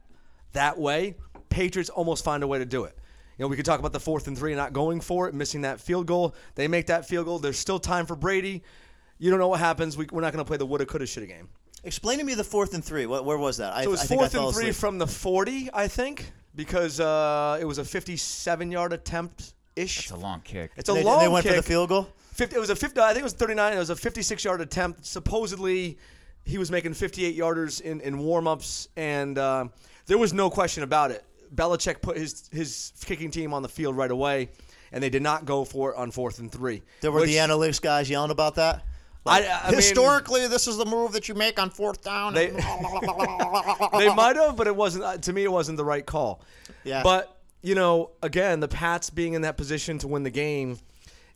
Speaker 2: that way. Patriots almost find a way to do it. You know, we could talk about the fourth and three not going for it, missing that field goal. They make that field goal. There's still time for Brady. You don't know what happens. We, we're not going to play the woulda, coulda, shoulda game.
Speaker 3: Explain to me the fourth and three. What, where was that? I,
Speaker 2: So it was
Speaker 3: I think I
Speaker 2: fourth
Speaker 3: fell
Speaker 2: and three
Speaker 3: asleep.
Speaker 2: from the 40, I think, because uh, it was a 57 yard attempt ish.
Speaker 4: It's a long kick.
Speaker 2: It's a
Speaker 3: they,
Speaker 2: long
Speaker 3: they went
Speaker 2: kick.
Speaker 3: for the field goal?
Speaker 2: 50, it was a 50, I think it was 39. It was a 56 yard attempt. Supposedly, he was making 58 yarders in, in warm ups, and uh, there was no question about it. Belichick put his, his kicking team on the field right away, and they did not go for it on fourth and three.
Speaker 3: There were
Speaker 2: which-
Speaker 3: the analytics guys yelling about that.
Speaker 2: I- I mean-
Speaker 3: historically, this is the move that you make on fourth down.
Speaker 2: They- they might have, but it wasn't. uh, To me, it wasn't the right call.
Speaker 3: Yeah.
Speaker 2: But you know, again, the Pats being in that position to win the game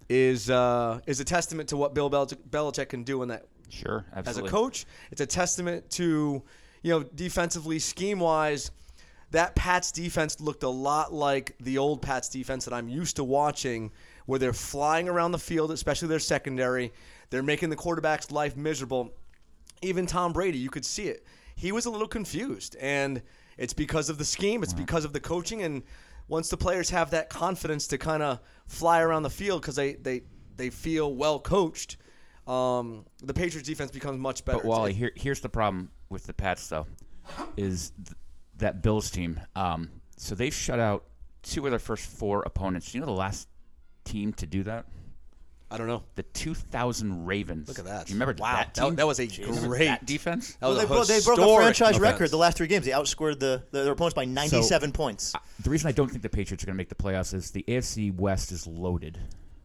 Speaker 2: is uh, is a testament to what Bill Belich- Belichick can do in that
Speaker 4: Sure,
Speaker 2: as a
Speaker 4: absolutely.
Speaker 2: coach. It's a testament to, you know, defensively, scheme wise, that Pats defense looked a lot like the old Pats defense that I'm used to watching, where they're flying around the field, especially their secondary. They're making the quarterback's life miserable. even Tom Brady, you could see it. He was a little confused, and it's because of the scheme, it's because of the coaching, and once the players have that confidence to kind of fly around the field because they, they they feel well coached, um, the Patriots defense becomes much better.
Speaker 4: But Wally,
Speaker 2: It's-
Speaker 4: here, here's the problem with the Pats though, is th- that Bills team. Um, so they've shut out two of their first four opponents. You know the last team to do that?
Speaker 2: I don't know.
Speaker 4: The 2000 Ravens.
Speaker 2: Look at that.
Speaker 4: Do you remember
Speaker 2: wow,
Speaker 4: that
Speaker 2: that,
Speaker 4: team?
Speaker 2: that was a
Speaker 4: Remember
Speaker 2: great
Speaker 4: that defense.
Speaker 2: That was
Speaker 3: they,
Speaker 2: a
Speaker 3: bro- they broke a
Speaker 2: historic
Speaker 3: franchise
Speaker 2: defense.
Speaker 3: record the last three games. They outscored the, the their opponents by 97 points.
Speaker 4: The reason I don't think the Patriots are going to make the playoffs is the AFC West is loaded.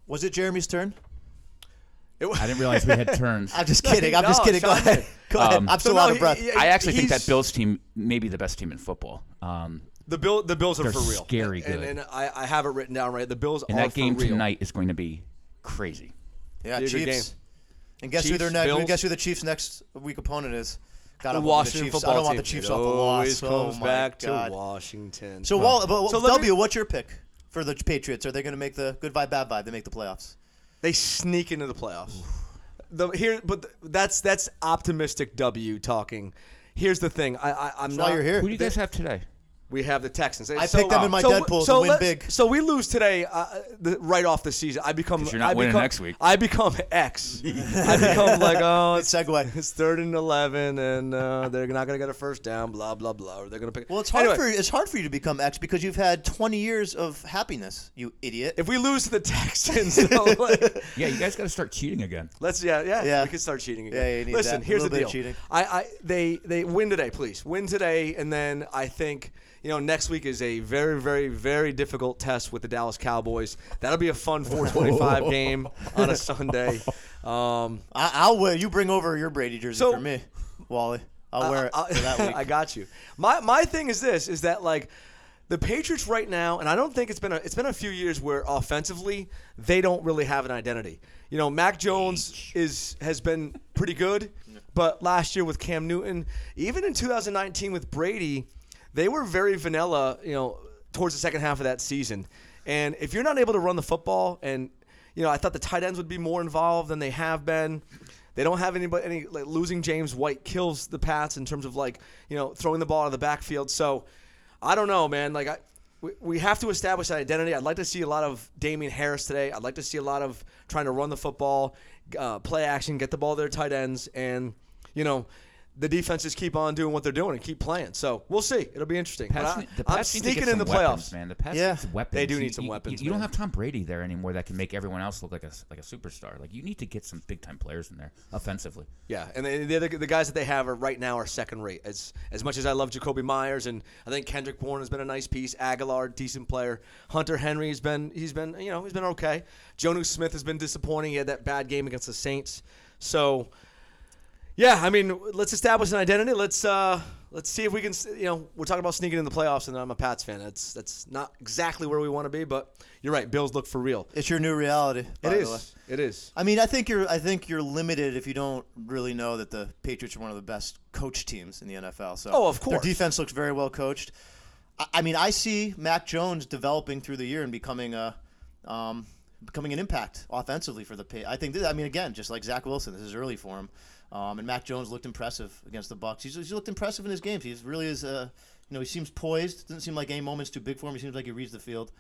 Speaker 3: Was it Jeremy's turn?
Speaker 2: It was-
Speaker 4: I didn't realize we had turns.
Speaker 3: I'm just kidding. I'm just
Speaker 2: No,
Speaker 3: kidding. Go
Speaker 2: Sean
Speaker 3: ahead.
Speaker 2: did.
Speaker 3: Go ahead. I'm
Speaker 2: So
Speaker 3: still
Speaker 2: no,
Speaker 3: out of
Speaker 2: he-
Speaker 3: breath.
Speaker 2: he-
Speaker 4: I actually think
Speaker 2: he's-
Speaker 4: that Bills team may be the best team in football. Um,
Speaker 2: The Bill, the Bills are
Speaker 4: They're
Speaker 2: for real.
Speaker 4: scary
Speaker 2: And,
Speaker 4: good.
Speaker 2: and I, I have it written down right. The Bills
Speaker 4: and
Speaker 2: are
Speaker 4: that game
Speaker 2: for real.
Speaker 4: tonight is going to be crazy.
Speaker 3: yeah,
Speaker 2: Here's your
Speaker 3: Chiefs.
Speaker 2: game.
Speaker 3: And guess who
Speaker 2: Chiefs,
Speaker 3: their next?
Speaker 2: Bills.
Speaker 3: Guess who the Chiefs' next week opponent is? God,
Speaker 2: The
Speaker 3: I want the
Speaker 2: Washington
Speaker 3: Chiefs.
Speaker 2: football
Speaker 3: I don't want the
Speaker 2: team.
Speaker 3: Chiefs
Speaker 2: It
Speaker 3: off the
Speaker 2: always
Speaker 3: loss.
Speaker 2: comes
Speaker 3: oh my
Speaker 2: back
Speaker 3: God.
Speaker 2: to Washington.
Speaker 3: So, Wall, but,
Speaker 2: So let me-
Speaker 3: W, what's your pick for the Patriots? Are they going to make the good vibe, bad vibe? They make the playoffs.
Speaker 2: They sneak into the playoffs. The, here, but th- that's that's optimistic W talking. Here's the thing. I, I I'm
Speaker 3: That's
Speaker 2: not
Speaker 3: why you're here.
Speaker 4: Who do you guys have today?
Speaker 2: We have the Texans.
Speaker 3: I picked them in my Deadpool to win
Speaker 2: let's-
Speaker 3: big.
Speaker 2: So we lose today, uh, the, right off the season. I become
Speaker 4: 'Cause you're not
Speaker 2: I
Speaker 4: winning
Speaker 2: become-
Speaker 4: next week.
Speaker 2: I become X. I become like oh,
Speaker 3: Good
Speaker 2: it's
Speaker 3: segue.
Speaker 2: It's third and eleven, and uh, they're not gonna get a first down. Blah blah blah. Or they're gonna pick.
Speaker 3: Well, it's hard
Speaker 2: Anyway,
Speaker 3: for it's hard for you to become X because you've had 20 years of happiness, you idiot.
Speaker 2: if we lose to the Texans. so, like,
Speaker 5: Yeah, you guys got to start cheating again.
Speaker 2: let's yeah yeah
Speaker 3: Yeah.
Speaker 2: we can start cheating again.
Speaker 3: Yeah, you need
Speaker 2: Listen,
Speaker 3: that. A
Speaker 2: here's
Speaker 3: little
Speaker 2: the
Speaker 3: bit
Speaker 2: deal.
Speaker 3: of cheating.
Speaker 2: I, I they they win today, please win today, and then I think you know next week is a very very very difficult test with the Dallas Cowboys. That'll be a fun 425 game on a Sunday. Um,
Speaker 3: I, I'll wear. You bring over your Brady jersey
Speaker 2: So-
Speaker 3: for me, Wally. I'll wear it
Speaker 2: I- I-
Speaker 3: for that week.
Speaker 2: I got you. My my thing is this: is that like the Patriots right now, and I don't think it's been a it's been a few years where offensively they don't really have an identity. You know, Mac Jones is has been pretty good, but last year with Cam Newton, even in 2019 with Brady, they were very vanilla. You know, towards the second half of that season, and if you're not able to run the football and you know, I thought the tight ends would be more involved than they have been. They don't have anybody any like losing James White kills the Pats in terms of like you know throwing the ball out of the backfield. So I don't know, man. Like I. we- We have to establish that identity. I'd like to see a lot of Damien Harris today. I'd like to see a lot of trying to run the football, uh, play action, get the ball to their tight ends, and you know the defenses keep on doing what they're doing and keep playing. So we'll see. It'll be interesting. But
Speaker 4: Pats
Speaker 2: I,
Speaker 4: need- the
Speaker 2: I'm
Speaker 4: Pats need to get
Speaker 2: sneaking in
Speaker 4: some
Speaker 2: the
Speaker 4: weapons,
Speaker 2: playoffs.
Speaker 4: man. The Pats
Speaker 3: Yeah.
Speaker 4: need some weapons.
Speaker 2: They do
Speaker 4: You-
Speaker 2: need some
Speaker 4: you-
Speaker 2: weapons,
Speaker 4: You, you don't
Speaker 2: man.
Speaker 4: have Tom Brady there anymore that can make everyone else look like a s- like a superstar. Like you need to get some big time players in there offensively.
Speaker 2: Yeah, and the, the, other, the guys that they have are right now are second rate. As as much as I love Jacoby Myers, and I think Kendrick Bourne has been a nice piece. Aguilar, decent player. Hunter Henry has been he's been you know he's been okay. Jonu Smith has been disappointing. He had that bad game against the Saints. So, yeah, I mean, let's establish an identity. Let's uh let's see if we can. s- You know, we're talking about sneaking in the playoffs, and I'm a Pats fan. That's that's not exactly where we want to be, but you're right. Bills look for real.
Speaker 3: it's your new reality. by
Speaker 2: It
Speaker 3: the way.
Speaker 2: is. It is.
Speaker 3: I mean, I think you're. I think you're limited if you don't really know that the Patriots are one of the best coach teams in the NFL. So,
Speaker 2: Oh, of
Speaker 3: their
Speaker 2: course.
Speaker 3: defense looks very well coached. I, I mean, I see Mac Jones developing through the year and becoming a, um, becoming an impact offensively for the Patriots. I think. This, I mean, again, just like Zach Wilson, this is early for him. Um, and Mac Jones looked impressive against the Bucks. He's, he's looked impressive in his games. He really is. Uh, you know, he seems poised. Doesn't seem like any moment's too big for him. He seems like he reads the field.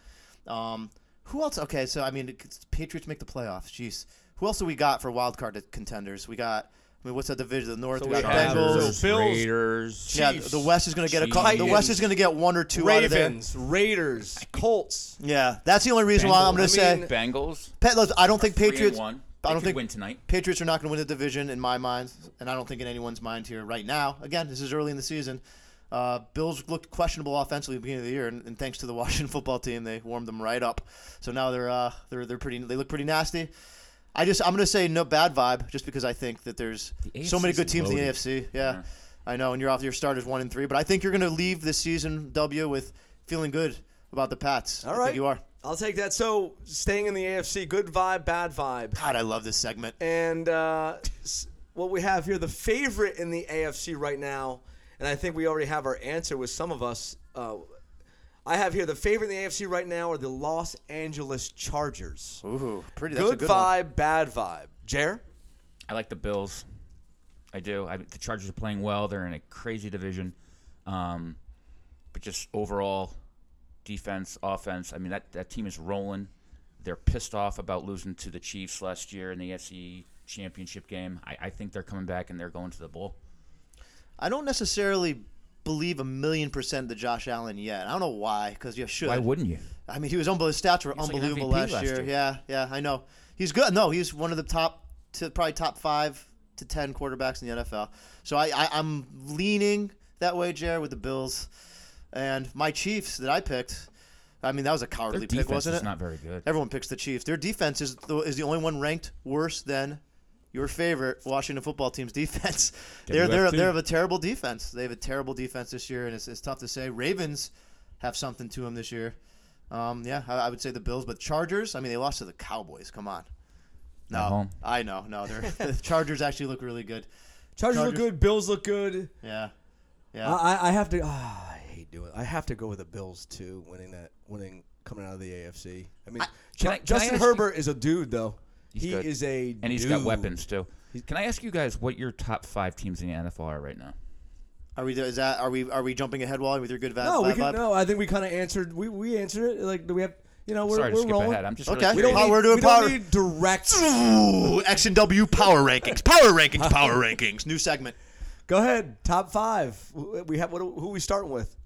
Speaker 3: Um, who else? Okay, so I mean, it's- Patriots make the playoffs. Jeez, who else do we got for wild card contenders? We got. I mean, what's that division? The North.
Speaker 2: So
Speaker 3: we
Speaker 2: we
Speaker 3: got
Speaker 2: have-
Speaker 3: Bengals.
Speaker 2: so Bills,
Speaker 5: Raiders.
Speaker 3: Yeah,
Speaker 2: Chiefs,
Speaker 3: the West is going to get a. Couple, the West is going to get one or two out of there.
Speaker 2: Ravens, Raiders, Colts.
Speaker 3: Yeah, that's the only reason why I'm going
Speaker 2: I
Speaker 3: to say.
Speaker 2: mean-
Speaker 4: Bengals.
Speaker 3: Pet- look, I don't think
Speaker 4: three and
Speaker 3: Patriots.
Speaker 4: one.
Speaker 3: I
Speaker 4: They
Speaker 3: don't
Speaker 4: could
Speaker 3: think
Speaker 4: win tonight.
Speaker 3: Patriots are not going to win the division in my mind, and I don't think in anyone's mind here right now. Again, this is early in the season. Uh, Bills looked questionable offensively at the beginning of the year, and, and thanks to the Washington football team, they warmed them right up. So now they're uh, they're they're pretty. They look pretty nasty. I just I'm going to say no bad vibe, just because I think that there's
Speaker 5: The
Speaker 3: so many
Speaker 5: AFC 's
Speaker 3: good teams in the
Speaker 5: loaded.
Speaker 3: AFC. Yeah, I know, and you're off your starters one and three, but I think you're going to leave this season W with feeling good about the Pats.
Speaker 2: All
Speaker 3: I
Speaker 2: right,
Speaker 3: think you are.
Speaker 2: I'll take that. So staying in the AFC, good vibe, bad vibe,
Speaker 3: God, I love this segment.
Speaker 2: and uh, s- what we have here, the favorite in the AFC right now, and I think we already have our answer with some of us. Uh, I have here the favorite in the AFC right now are the Los Angeles Chargers.
Speaker 3: Ooh, pretty. That's a
Speaker 2: Good,
Speaker 3: good one.
Speaker 2: vibe, bad vibe. Jer,
Speaker 4: I like the Bills. I do. I, the Chargers are playing well. They're in a crazy division, um, but just overall defense, offense. I mean, that that team is rolling. They're pissed off about losing to the Chiefs last year in the AFC Championship game. I, I think they're coming back and they're going to the bowl.
Speaker 3: I don't necessarily believe a million percent that Josh Allen yet. I don't know why, because you should.
Speaker 5: Why wouldn't you?
Speaker 3: I mean, he was unbelievable. His stats were
Speaker 4: was like an
Speaker 3: unbelievable
Speaker 4: MVP
Speaker 3: last,
Speaker 4: last
Speaker 3: year.
Speaker 4: year.
Speaker 3: Yeah, yeah, I know. He's good. No, he's one of the top, to probably top five to ten quarterbacks in the NFL. So I, I I'm leaning that way, Jared, with the Bills, and my Chiefs that I picked. I mean, that was a
Speaker 4: Their
Speaker 3: cowardly pick,
Speaker 4: defense
Speaker 3: wasn't
Speaker 4: is
Speaker 3: it?
Speaker 4: not very good.
Speaker 3: Everyone picks the Chiefs. Their defense is the, is the only one ranked worse than your favorite Washington football team's defense. they're they're
Speaker 4: WFT.
Speaker 3: they're of a terrible defense. They have a terrible defense this year, and it's, it's tough to say. Ravens have something to them this year. Um, yeah, I, I would say the Bills, but Chargers. I mean, they lost to the Cowboys. Come on.
Speaker 4: At
Speaker 3: No,
Speaker 4: home.
Speaker 3: I know. No, they're, the Chargers actually look really good.
Speaker 2: Chargers,
Speaker 3: Chargers-
Speaker 2: look good. Bills look good.
Speaker 3: Yeah,
Speaker 2: I
Speaker 3: yeah.
Speaker 4: Uh,
Speaker 2: I, I have to. ah, I hate doing. I have to go with the Bills too. Winning that, winning coming out of the AFC. I mean,
Speaker 4: I-
Speaker 2: Ju-
Speaker 4: can I- can I
Speaker 2: Justin
Speaker 4: ask
Speaker 2: Herbert is a dude though.
Speaker 4: He's
Speaker 2: he
Speaker 4: good.
Speaker 2: is a
Speaker 4: and he's
Speaker 2: dude.
Speaker 4: got weapons too. Can I ask you guys what your top five teams in the NFL are right now?
Speaker 3: Are we is that are we are we jumping ahead, Wally, with your good vibe?
Speaker 2: No, we
Speaker 3: vibe?
Speaker 2: can, no. I think we kind of answered. We we answered it. Like do we have. You know, we're
Speaker 4: Sorry to
Speaker 2: we're
Speaker 4: skip
Speaker 2: rolling.
Speaker 4: ahead. I'm just
Speaker 3: Okay.
Speaker 4: Really
Speaker 2: we don't
Speaker 4: curious.
Speaker 2: need,
Speaker 3: Power- we're doing
Speaker 2: we don't
Speaker 3: power-
Speaker 2: need direct.
Speaker 3: Ooh, X and W power rankings, power rankings, power rankings. New segment.
Speaker 2: Go ahead. Top five. W- We have what? Who we starting with?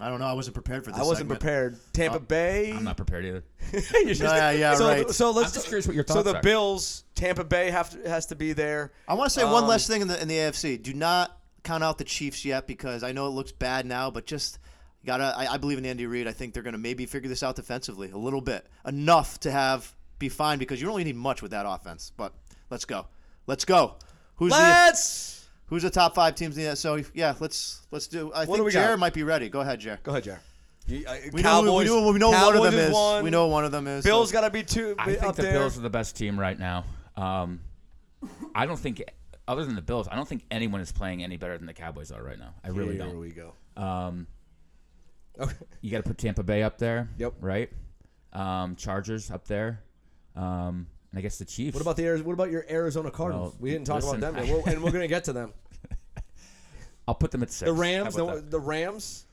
Speaker 3: I don't know. I wasn't prepared for this.
Speaker 2: I wasn't
Speaker 3: segment.
Speaker 2: prepared. Tampa Bay.
Speaker 4: Oh, I'm not prepared either.
Speaker 2: You're just-
Speaker 3: Yeah, yeah,
Speaker 2: so,
Speaker 3: right.
Speaker 2: So let's.
Speaker 5: I'm just curious what your
Speaker 2: So
Speaker 5: thoughts
Speaker 2: the
Speaker 5: are.
Speaker 2: Bills, Tampa Bay have to, has to be there.
Speaker 3: I want to say one
Speaker 2: Um,
Speaker 3: less thing in the in the AFC. Do not count out the Chiefs yet because I know it looks bad now, but just gotta. I, I believe in Andy Reid. I think they're gonna maybe figure this out defensively a little bit, enough to have be fine because you don't really need much with that offense. But let's go. Let's go. Who's the
Speaker 2: Let's
Speaker 3: Who's the top five teams in the So yeah, let's let's do. I
Speaker 2: do
Speaker 3: think
Speaker 2: we got?
Speaker 3: Jared might be ready. Go ahead, Jared.
Speaker 2: go ahead, Jared. You- I-
Speaker 3: We know, we
Speaker 2: uh, Cowboys.
Speaker 3: know, we know one of
Speaker 2: Cowboys
Speaker 3: them is.
Speaker 2: one.
Speaker 3: We know one of them is.
Speaker 2: Bills
Speaker 3: so-
Speaker 2: got to be two.
Speaker 4: I think
Speaker 2: up
Speaker 4: the
Speaker 2: there.
Speaker 4: Bills are the best team right now. Um, I don't think, other than the Bills, I don't think anyone is playing any better than the Cowboys are right now. I really
Speaker 2: Here
Speaker 4: don't.
Speaker 2: we go.
Speaker 4: Um,
Speaker 2: Okay.
Speaker 4: you got to put Tampa Bay up there.
Speaker 2: Yep.
Speaker 4: Right. Um, Chargers up there. Um, and I guess the Chiefs.
Speaker 2: What about the Ari- What about your Arizona Cardinals?
Speaker 4: Well,
Speaker 2: we didn't talk
Speaker 4: listen,
Speaker 2: about them, yet. We're- and we're gonna get to them.
Speaker 4: I'll put them at six.
Speaker 2: The
Speaker 4: How
Speaker 2: Rams.
Speaker 4: about
Speaker 2: The,
Speaker 4: that?
Speaker 2: the Rams.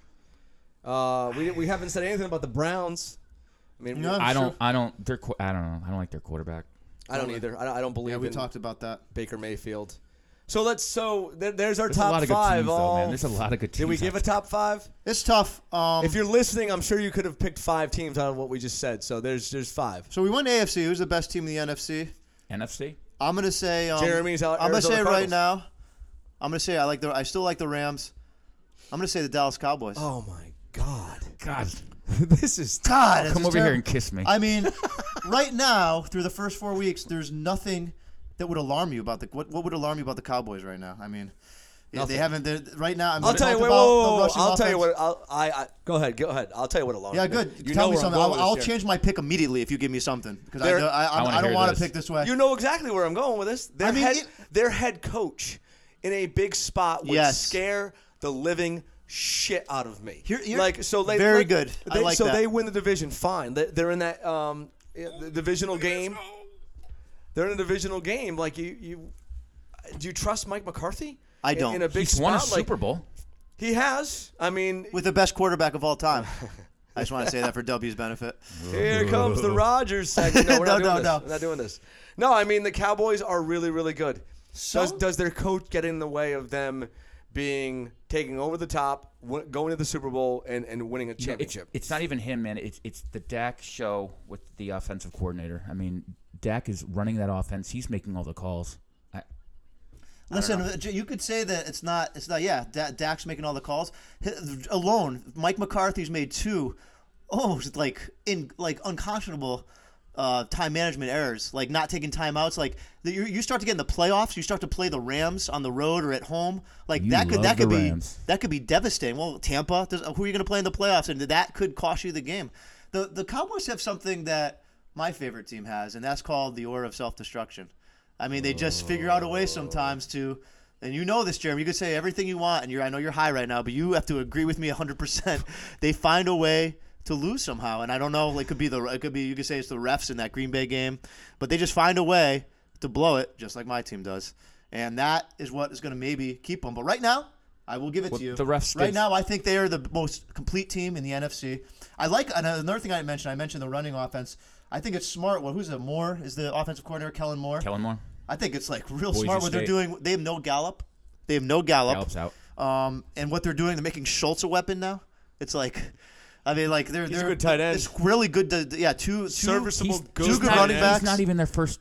Speaker 2: Uh, we we haven't said anything about the Browns. I mean,
Speaker 3: No.
Speaker 4: I
Speaker 3: Sure.
Speaker 4: don't. I don't. They're. I don't know. I don't like their quarterback.
Speaker 2: I don't either. I don't, I don't believe
Speaker 3: Yeah, we
Speaker 2: in
Speaker 3: talked about that.
Speaker 2: Baker Mayfield. So let's. So there, there's our
Speaker 4: There's
Speaker 2: top
Speaker 4: a lot of
Speaker 2: five.
Speaker 4: good teams,
Speaker 2: all-
Speaker 4: though, man. There's a lot of good teams.
Speaker 2: Did we give a
Speaker 4: out
Speaker 2: top five?
Speaker 3: It's tough. Um,
Speaker 2: If you're listening, I'm sure you could have picked five teams out of what we just said. So there's there's five.
Speaker 3: so we went AFC. Who's the best team in the NFC?
Speaker 4: there. NFC.
Speaker 3: I'm gonna say um,
Speaker 2: Jeremy's out-
Speaker 3: I'm gonna
Speaker 2: Arizona
Speaker 3: say right
Speaker 2: Cardinals.
Speaker 3: now. I'm gonna say I like the. I still like the Rams. I'm gonna say the Dallas Cowboys.
Speaker 2: Oh my God.
Speaker 4: God,
Speaker 2: this is
Speaker 3: God, this
Speaker 4: come
Speaker 3: is
Speaker 4: over
Speaker 3: terrible.
Speaker 4: here and kiss me.
Speaker 3: I mean, right now through the first four weeks, there's nothing that would alarm you about the what, what would alarm you about the Cowboys right now. I mean, yeah, they
Speaker 2: Nothing.
Speaker 3: haven't. they're- Right now, I'm
Speaker 2: I'll tell you.
Speaker 3: talked
Speaker 2: Wait,
Speaker 3: about
Speaker 2: whoa,
Speaker 3: the
Speaker 2: whoa, whoa.
Speaker 3: rushing
Speaker 2: I'll tell you
Speaker 3: offense.
Speaker 2: what. I'll, I, I go ahead. Go ahead. I'll tell you what. Alarm.
Speaker 3: Yeah,
Speaker 2: me.
Speaker 3: good.
Speaker 2: You
Speaker 3: Tell
Speaker 2: know
Speaker 3: me
Speaker 2: where I'm
Speaker 3: something.
Speaker 2: going
Speaker 3: I'll,
Speaker 2: with
Speaker 3: I'll
Speaker 2: this,
Speaker 3: change my pick immediately if you give me something because I,
Speaker 2: They're-
Speaker 3: I, I,
Speaker 4: I
Speaker 3: I,
Speaker 4: wanna
Speaker 3: don't
Speaker 4: hear
Speaker 3: want to
Speaker 4: this.
Speaker 3: pick this way.
Speaker 2: Jared. You know exactly where I'm going with this. Their
Speaker 3: I mean,
Speaker 2: head,
Speaker 3: it-
Speaker 2: their head coach, in a big spot would
Speaker 3: Yes.
Speaker 2: scare the living shit out of me.
Speaker 3: Here- here-
Speaker 2: like so, they,
Speaker 3: Very
Speaker 2: like,
Speaker 3: good. I
Speaker 2: They,
Speaker 3: like
Speaker 2: so
Speaker 3: that.
Speaker 2: they win the division. Fine. They- They're in that um, the divisional game. They're in a divisional game. Like you, you, do you trust Mike McCarthy?
Speaker 3: I
Speaker 2: In-
Speaker 3: don't.
Speaker 2: In a big
Speaker 4: He's
Speaker 2: spot,
Speaker 4: won a
Speaker 2: like,
Speaker 4: Super Bowl.
Speaker 2: He has. I mean,
Speaker 3: with the best quarterback of all time. I just want to say that for W's benefit.
Speaker 2: Here comes the Rogers segment. No, we're not doing
Speaker 3: No, no,
Speaker 2: this.
Speaker 3: no.
Speaker 2: We're not doing this. No, I mean the Cowboys are really, really good. does does their coach get in the way of them being taking over the top, w- going to the Super Bowl, and, and winning a
Speaker 4: You know, it's-
Speaker 2: championship?
Speaker 4: It's, not even him, man. It's it's the Dak show with the offensive coordinator. I mean, Dak is running that offense. He's making all the calls. I,
Speaker 3: Listen, uh, J- you could say that it's not. It's not. Yeah, Da- Dak's making all the calls H- alone. Mike McCarthy's made two, oh, it's like in like unconscionable uh, time management errors, like not taking timeouts. Like the, you, you start to get in the playoffs, you start to play the Rams on the road or at home. Like
Speaker 5: You
Speaker 3: that could
Speaker 5: love
Speaker 3: that
Speaker 5: the
Speaker 3: could be
Speaker 5: Rams.
Speaker 3: that could be devastating. Well, Tampa, does, who are you going to play in the playoffs? And that could cost you the game. The the Cowboys have something that my favorite team has, and that's called the aura of self destruction. I mean, they just figure out a way sometimes to. And you know this, Jeremy. You could say everything you want, and you're, I know you're high right now, but you have to agree with me 100%. They find a way to lose somehow, and I don't know. It could be the. It could be. You could say it's the refs in that Green Bay game, but they just find a way to blow it, just like my team does. and that is what is going to maybe keep them. But right now, I will give it
Speaker 4: Well,
Speaker 3: to you.
Speaker 4: the refs
Speaker 3: right
Speaker 4: did-
Speaker 3: now, I think they are the most complete team in the NFC. I like and another thing I mentioned. I mentioned the running offense. I think it's smart. Well, who's it? Moore is the offensive coordinator. Kellen Moore.
Speaker 4: Kellen Moore.
Speaker 3: I think it's like real
Speaker 5: Boise
Speaker 3: smart what they're
Speaker 5: State.
Speaker 3: doing. They have no Gallup. They have no Gallup.
Speaker 5: Gallup's out.
Speaker 3: Um, and what they're doing, they're making Schultz a weapon now. It's like, I mean, like they're
Speaker 2: a
Speaker 3: they're
Speaker 2: good tight end.
Speaker 3: It's really good to yeah two, two
Speaker 2: Serviceable
Speaker 3: he's-
Speaker 2: good
Speaker 3: two good
Speaker 2: tight
Speaker 3: running
Speaker 2: end.
Speaker 3: backs.
Speaker 5: He's not even their first,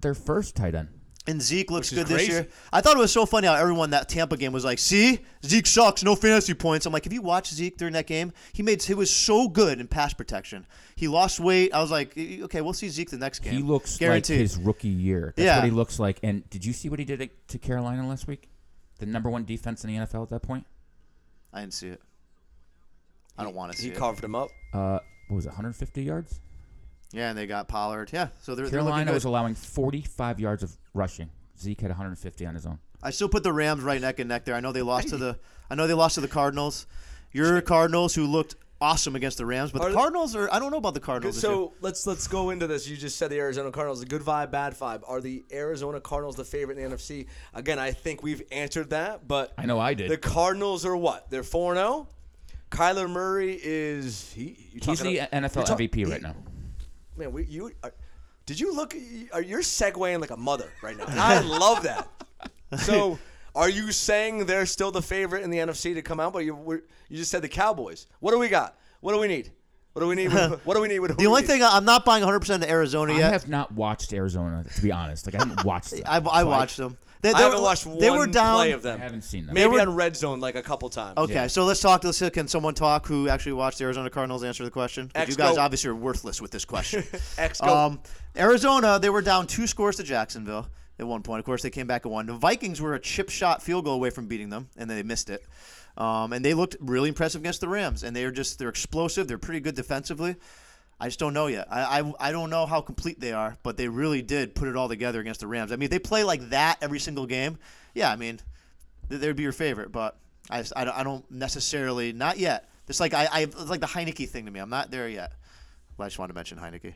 Speaker 5: their first tight end.
Speaker 3: and Zeke looks
Speaker 2: Which is
Speaker 3: good this
Speaker 2: crazy.
Speaker 3: year. I thought it was so funny how everyone that Tampa game was like, "See, Zeke sucks, no fantasy points." I'm like, if you watch Zeke during that game, he made he was so good in pass protection. He lost weight. I was like, okay, we'll see Zeke the next game.
Speaker 5: He looks
Speaker 3: guaranteed.
Speaker 5: like his rookie year. That's
Speaker 3: Yeah.
Speaker 5: what he looks like. And did you see what he did to Carolina last week? The number one defense in the NFL at that point.
Speaker 3: I didn't see it. I don't want to see
Speaker 2: He
Speaker 3: it.
Speaker 2: carved him up.
Speaker 5: Uh, what was it, 150 yards?
Speaker 3: yeah, and they got Pollard. Yeah, so they're they're looking
Speaker 5: Carolina
Speaker 3: good.
Speaker 5: was allowing 45 yards of rushing. Zeke had 150 on his own.
Speaker 3: I still put the Rams right neck and neck there. I know they lost to the I know they lost to the Cardinals. Your Cardinals who looked awesome against the Rams, but
Speaker 2: Are
Speaker 3: the
Speaker 2: they-
Speaker 3: Cardinals are I don't know about the Cardinals. this year.
Speaker 2: So let's let's go into this. You just said the Arizona Cardinals, a good vibe, bad vibe. Are the Arizona Cardinals the favorite in the NFC? Again, I think we've answered that, but
Speaker 5: I know I did.
Speaker 2: The Cardinals are what? They're four zero. Kyler Murray is he? you
Speaker 5: He's
Speaker 2: talking
Speaker 5: the
Speaker 2: about-
Speaker 5: NFL
Speaker 2: you're talk-
Speaker 5: MVP right now.
Speaker 2: Man, we, you are, did you look? you- Are you're segueing like a mother right now? And I love that. So, are you saying they're still the favorite in the NFC to come out? But you we're, you just said the Cowboys. What do we got? What do we need? What do we need? What do we need? What do
Speaker 3: the
Speaker 2: we
Speaker 3: only
Speaker 2: need?
Speaker 3: thing I- I'm not buying 100% to Arizona
Speaker 5: I
Speaker 3: yet.
Speaker 5: have not watched Arizona to be honest. Like I haven't watched. Them.
Speaker 3: I, I watched them. They,
Speaker 2: I haven't watched one
Speaker 3: They were down.
Speaker 2: play of them.
Speaker 5: I haven't seen them.
Speaker 2: Maybe
Speaker 3: were-
Speaker 2: on Red Zone like a couple times.
Speaker 3: Okay, so let's talk. Let's see, can someone talk who actually watched the Arizona Cardinals answer the question? 'Cause You
Speaker 2: Exco.
Speaker 3: guys obviously are worthless with this question.
Speaker 2: Exco.
Speaker 3: um, Arizona, they were down two scores to Jacksonville at one point. Of course, they came back and won. The Vikings were a chip shot field goal away from beating them, and they missed it. Um, and they looked really impressive against the Rams, and they are just they're explosive. They're pretty good defensively. I just don't know yet. I, I, I don't know how complete they are, but they really did put it all together against the Rams. I mean, if they play like that every single game, yeah, I mean, th- they'd be your favorite, but I, just- I, don't- I don't necessarily not yet. It's like I, I it's like the Heineke thing to me. I'm not there yet. Well, I just wanted to mention Heineke.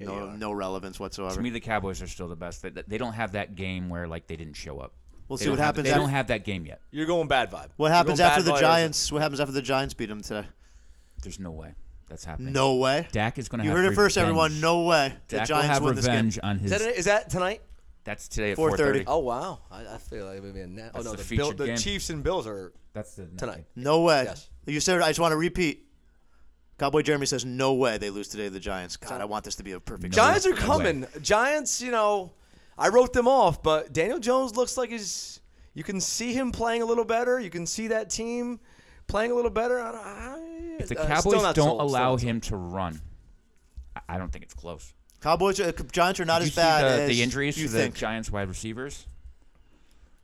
Speaker 3: No, no relevance
Speaker 4: To
Speaker 3: whatsoever.
Speaker 4: me, the Cowboys are still the best. They, they don't have that game where like they didn't show up.
Speaker 3: We'll
Speaker 4: They
Speaker 3: see
Speaker 4: don't
Speaker 3: what
Speaker 4: have-
Speaker 3: happens
Speaker 4: They don't
Speaker 3: after-
Speaker 4: have that game yet.
Speaker 2: You're going bad vibe.
Speaker 3: what
Speaker 2: You're
Speaker 3: happens
Speaker 2: going
Speaker 3: after
Speaker 2: bad
Speaker 3: the
Speaker 2: vibe.
Speaker 3: Giants? What happens after the Giants beat them today?
Speaker 4: There's no way that's happening.
Speaker 3: No way.
Speaker 5: Dak is going to.
Speaker 3: You
Speaker 5: have
Speaker 3: heard it first,
Speaker 5: revenge.
Speaker 3: everyone. No way. The
Speaker 5: Dak will
Speaker 3: Giants
Speaker 5: have
Speaker 3: win this game.
Speaker 5: revenge on his.
Speaker 2: Is that, it? Is that tonight?
Speaker 4: That's today at
Speaker 3: 4:30.
Speaker 4: 4:30.
Speaker 2: Oh wow! I, I feel like it would be a net. Oh
Speaker 4: That's
Speaker 2: no,
Speaker 4: the
Speaker 2: the, Bill,
Speaker 4: featured
Speaker 2: the
Speaker 4: game.
Speaker 2: Chiefs and Bills are
Speaker 5: That's the
Speaker 2: tonight.
Speaker 3: No way.
Speaker 2: Yes.
Speaker 3: You said. I just want to repeat. Cowboy Jeremy says no way they lose today to the Giants. God, I want this to be a perfect.
Speaker 5: No.
Speaker 2: Giants are
Speaker 5: way.
Speaker 2: coming. Giants, you know, I wrote them off, but Daniel Jones looks like he's. You can see him playing a little better. You can see that team playing a little better. I don't, I,
Speaker 4: If the
Speaker 2: uh, still
Speaker 4: Cowboys
Speaker 2: not
Speaker 4: don't
Speaker 2: sold, still
Speaker 4: allow
Speaker 2: not sold.
Speaker 4: him to run, I- I don't think it's close.
Speaker 3: Cowboys, uh, Giants are not
Speaker 4: Did
Speaker 3: as
Speaker 4: you
Speaker 3: bad
Speaker 4: see the,
Speaker 3: as
Speaker 4: the injuries
Speaker 3: you
Speaker 4: to
Speaker 3: think.
Speaker 4: the Giants wide receivers.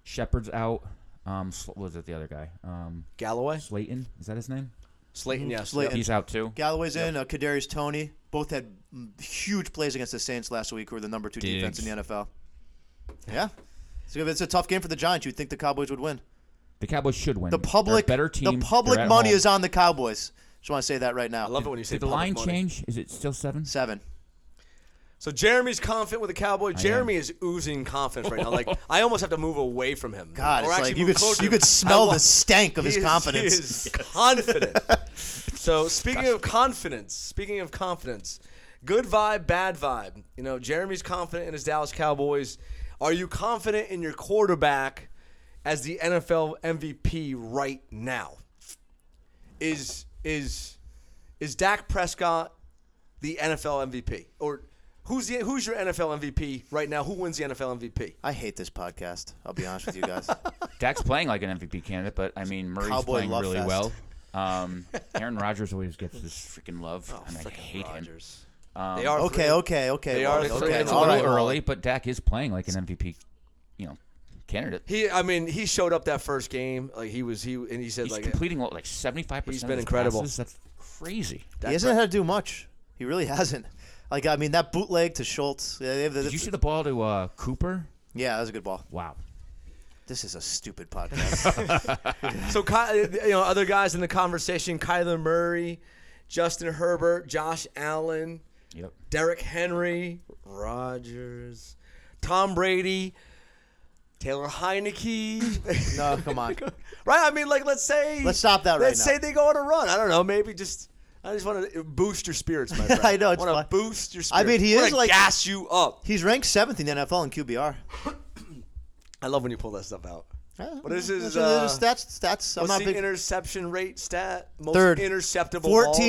Speaker 4: Shepard's out. Um, Sl- what was it the other guy? Um,
Speaker 2: Galloway,
Speaker 5: Slayton is that his name?
Speaker 2: Slayton, yes,
Speaker 3: Slayton.
Speaker 4: he's out too.
Speaker 3: Galloway's in. Uh, Kadarius Tony both had mm, huge plays against the Saints last week, who were the number two defense in the NFL. Yeah, so if it's a tough game for the Giants, you'd think the Cowboys would win.
Speaker 5: The Cowboys should win.
Speaker 3: The
Speaker 5: They're a
Speaker 3: public,
Speaker 5: better team.
Speaker 3: the
Speaker 5: They're
Speaker 3: public
Speaker 5: at
Speaker 3: money
Speaker 5: home.
Speaker 3: is on the Cowboys. Just want to say that right now.
Speaker 2: I love it when you say
Speaker 5: Did the
Speaker 2: public
Speaker 5: line
Speaker 2: money.
Speaker 5: change? Is it still seven?
Speaker 3: Seven.
Speaker 2: So Jeremy's confident with the Cowboy. Jeremy is oozing confidence right now. Like I almost have to move away from him.
Speaker 3: God,
Speaker 2: Or
Speaker 3: it's
Speaker 2: actually
Speaker 3: like you
Speaker 2: move
Speaker 3: could
Speaker 2: closer to
Speaker 3: you
Speaker 2: him.
Speaker 3: could
Speaker 2: I
Speaker 3: smell
Speaker 2: wa-
Speaker 3: the stank of
Speaker 2: He
Speaker 3: his
Speaker 2: is-
Speaker 3: confidence.
Speaker 2: He is confident. so speaking of confidence, speaking of confidence, good vibe, bad vibe. You know, Jeremy's confident in his Dallas Cowboys. Are you confident in your quarterback as the NFL MVP right now? Is is is Dak Prescott the NFL MVP or who's the who's your NFL MVP right now? Who wins the NFL MVP?
Speaker 3: I hate this podcast. I'll be honest with you guys.
Speaker 4: Dak's playing like an MVP candidate, but I mean Murray's
Speaker 3: Cowboy
Speaker 4: playing
Speaker 3: love
Speaker 4: really
Speaker 3: fest.
Speaker 4: well. Um, Aaron Rodgers always gets this freaking love, and I
Speaker 2: Frickin'
Speaker 4: hate him.
Speaker 2: Rodgers. they are
Speaker 3: okay,
Speaker 2: three-
Speaker 3: okay, okay.
Speaker 2: They
Speaker 3: Wally,
Speaker 2: are three
Speaker 3: okay.
Speaker 2: and
Speaker 4: It's a
Speaker 2: All
Speaker 4: little
Speaker 2: right,
Speaker 4: early, but Dak is playing like an MVP, you know, candidate.
Speaker 2: He, I mean, he showed up that first game. Like he was, he and he said
Speaker 4: He's
Speaker 2: like
Speaker 4: completing like seventy five percent.
Speaker 2: He's been incredible.
Speaker 4: That's crazy.
Speaker 3: He hasn't had to do much. He really hasn't. Like I mean, that bootleg to Schultz. Yeah, they have the-
Speaker 4: Did you see the ball to uh, Cooper?
Speaker 3: yeah, that was a good ball.
Speaker 4: Wow.
Speaker 3: This is a stupid podcast.
Speaker 2: so. Ky- you know, other guys in the conversation: Kyler Murray, Justin Herbert, Josh Allen,
Speaker 4: Yep.
Speaker 2: Derek Henry, Rogers, Tom Brady. Taylor Heineke.
Speaker 3: No, come on.
Speaker 2: right? I mean, like, let's say.
Speaker 3: Let's stop that right
Speaker 2: Let's
Speaker 3: now.
Speaker 2: say they go on a run. I don't know. Maybe just. I just want to boost your spirits, my friend.
Speaker 3: I know, it's fine.
Speaker 2: want to boost your
Speaker 3: I
Speaker 2: spirits.
Speaker 3: mean, he
Speaker 2: Wanna
Speaker 3: is like-
Speaker 2: gas you up.
Speaker 3: He's ranked seventh in the NFL in QBR.
Speaker 2: I love when you pull that stuff out. But this is,
Speaker 3: That's what it
Speaker 2: uh,
Speaker 3: stats. Stats. I'm
Speaker 2: What's
Speaker 3: not
Speaker 2: the
Speaker 3: big.
Speaker 2: interception rate stat? Most
Speaker 3: Third.
Speaker 2: interceptable.
Speaker 3: 14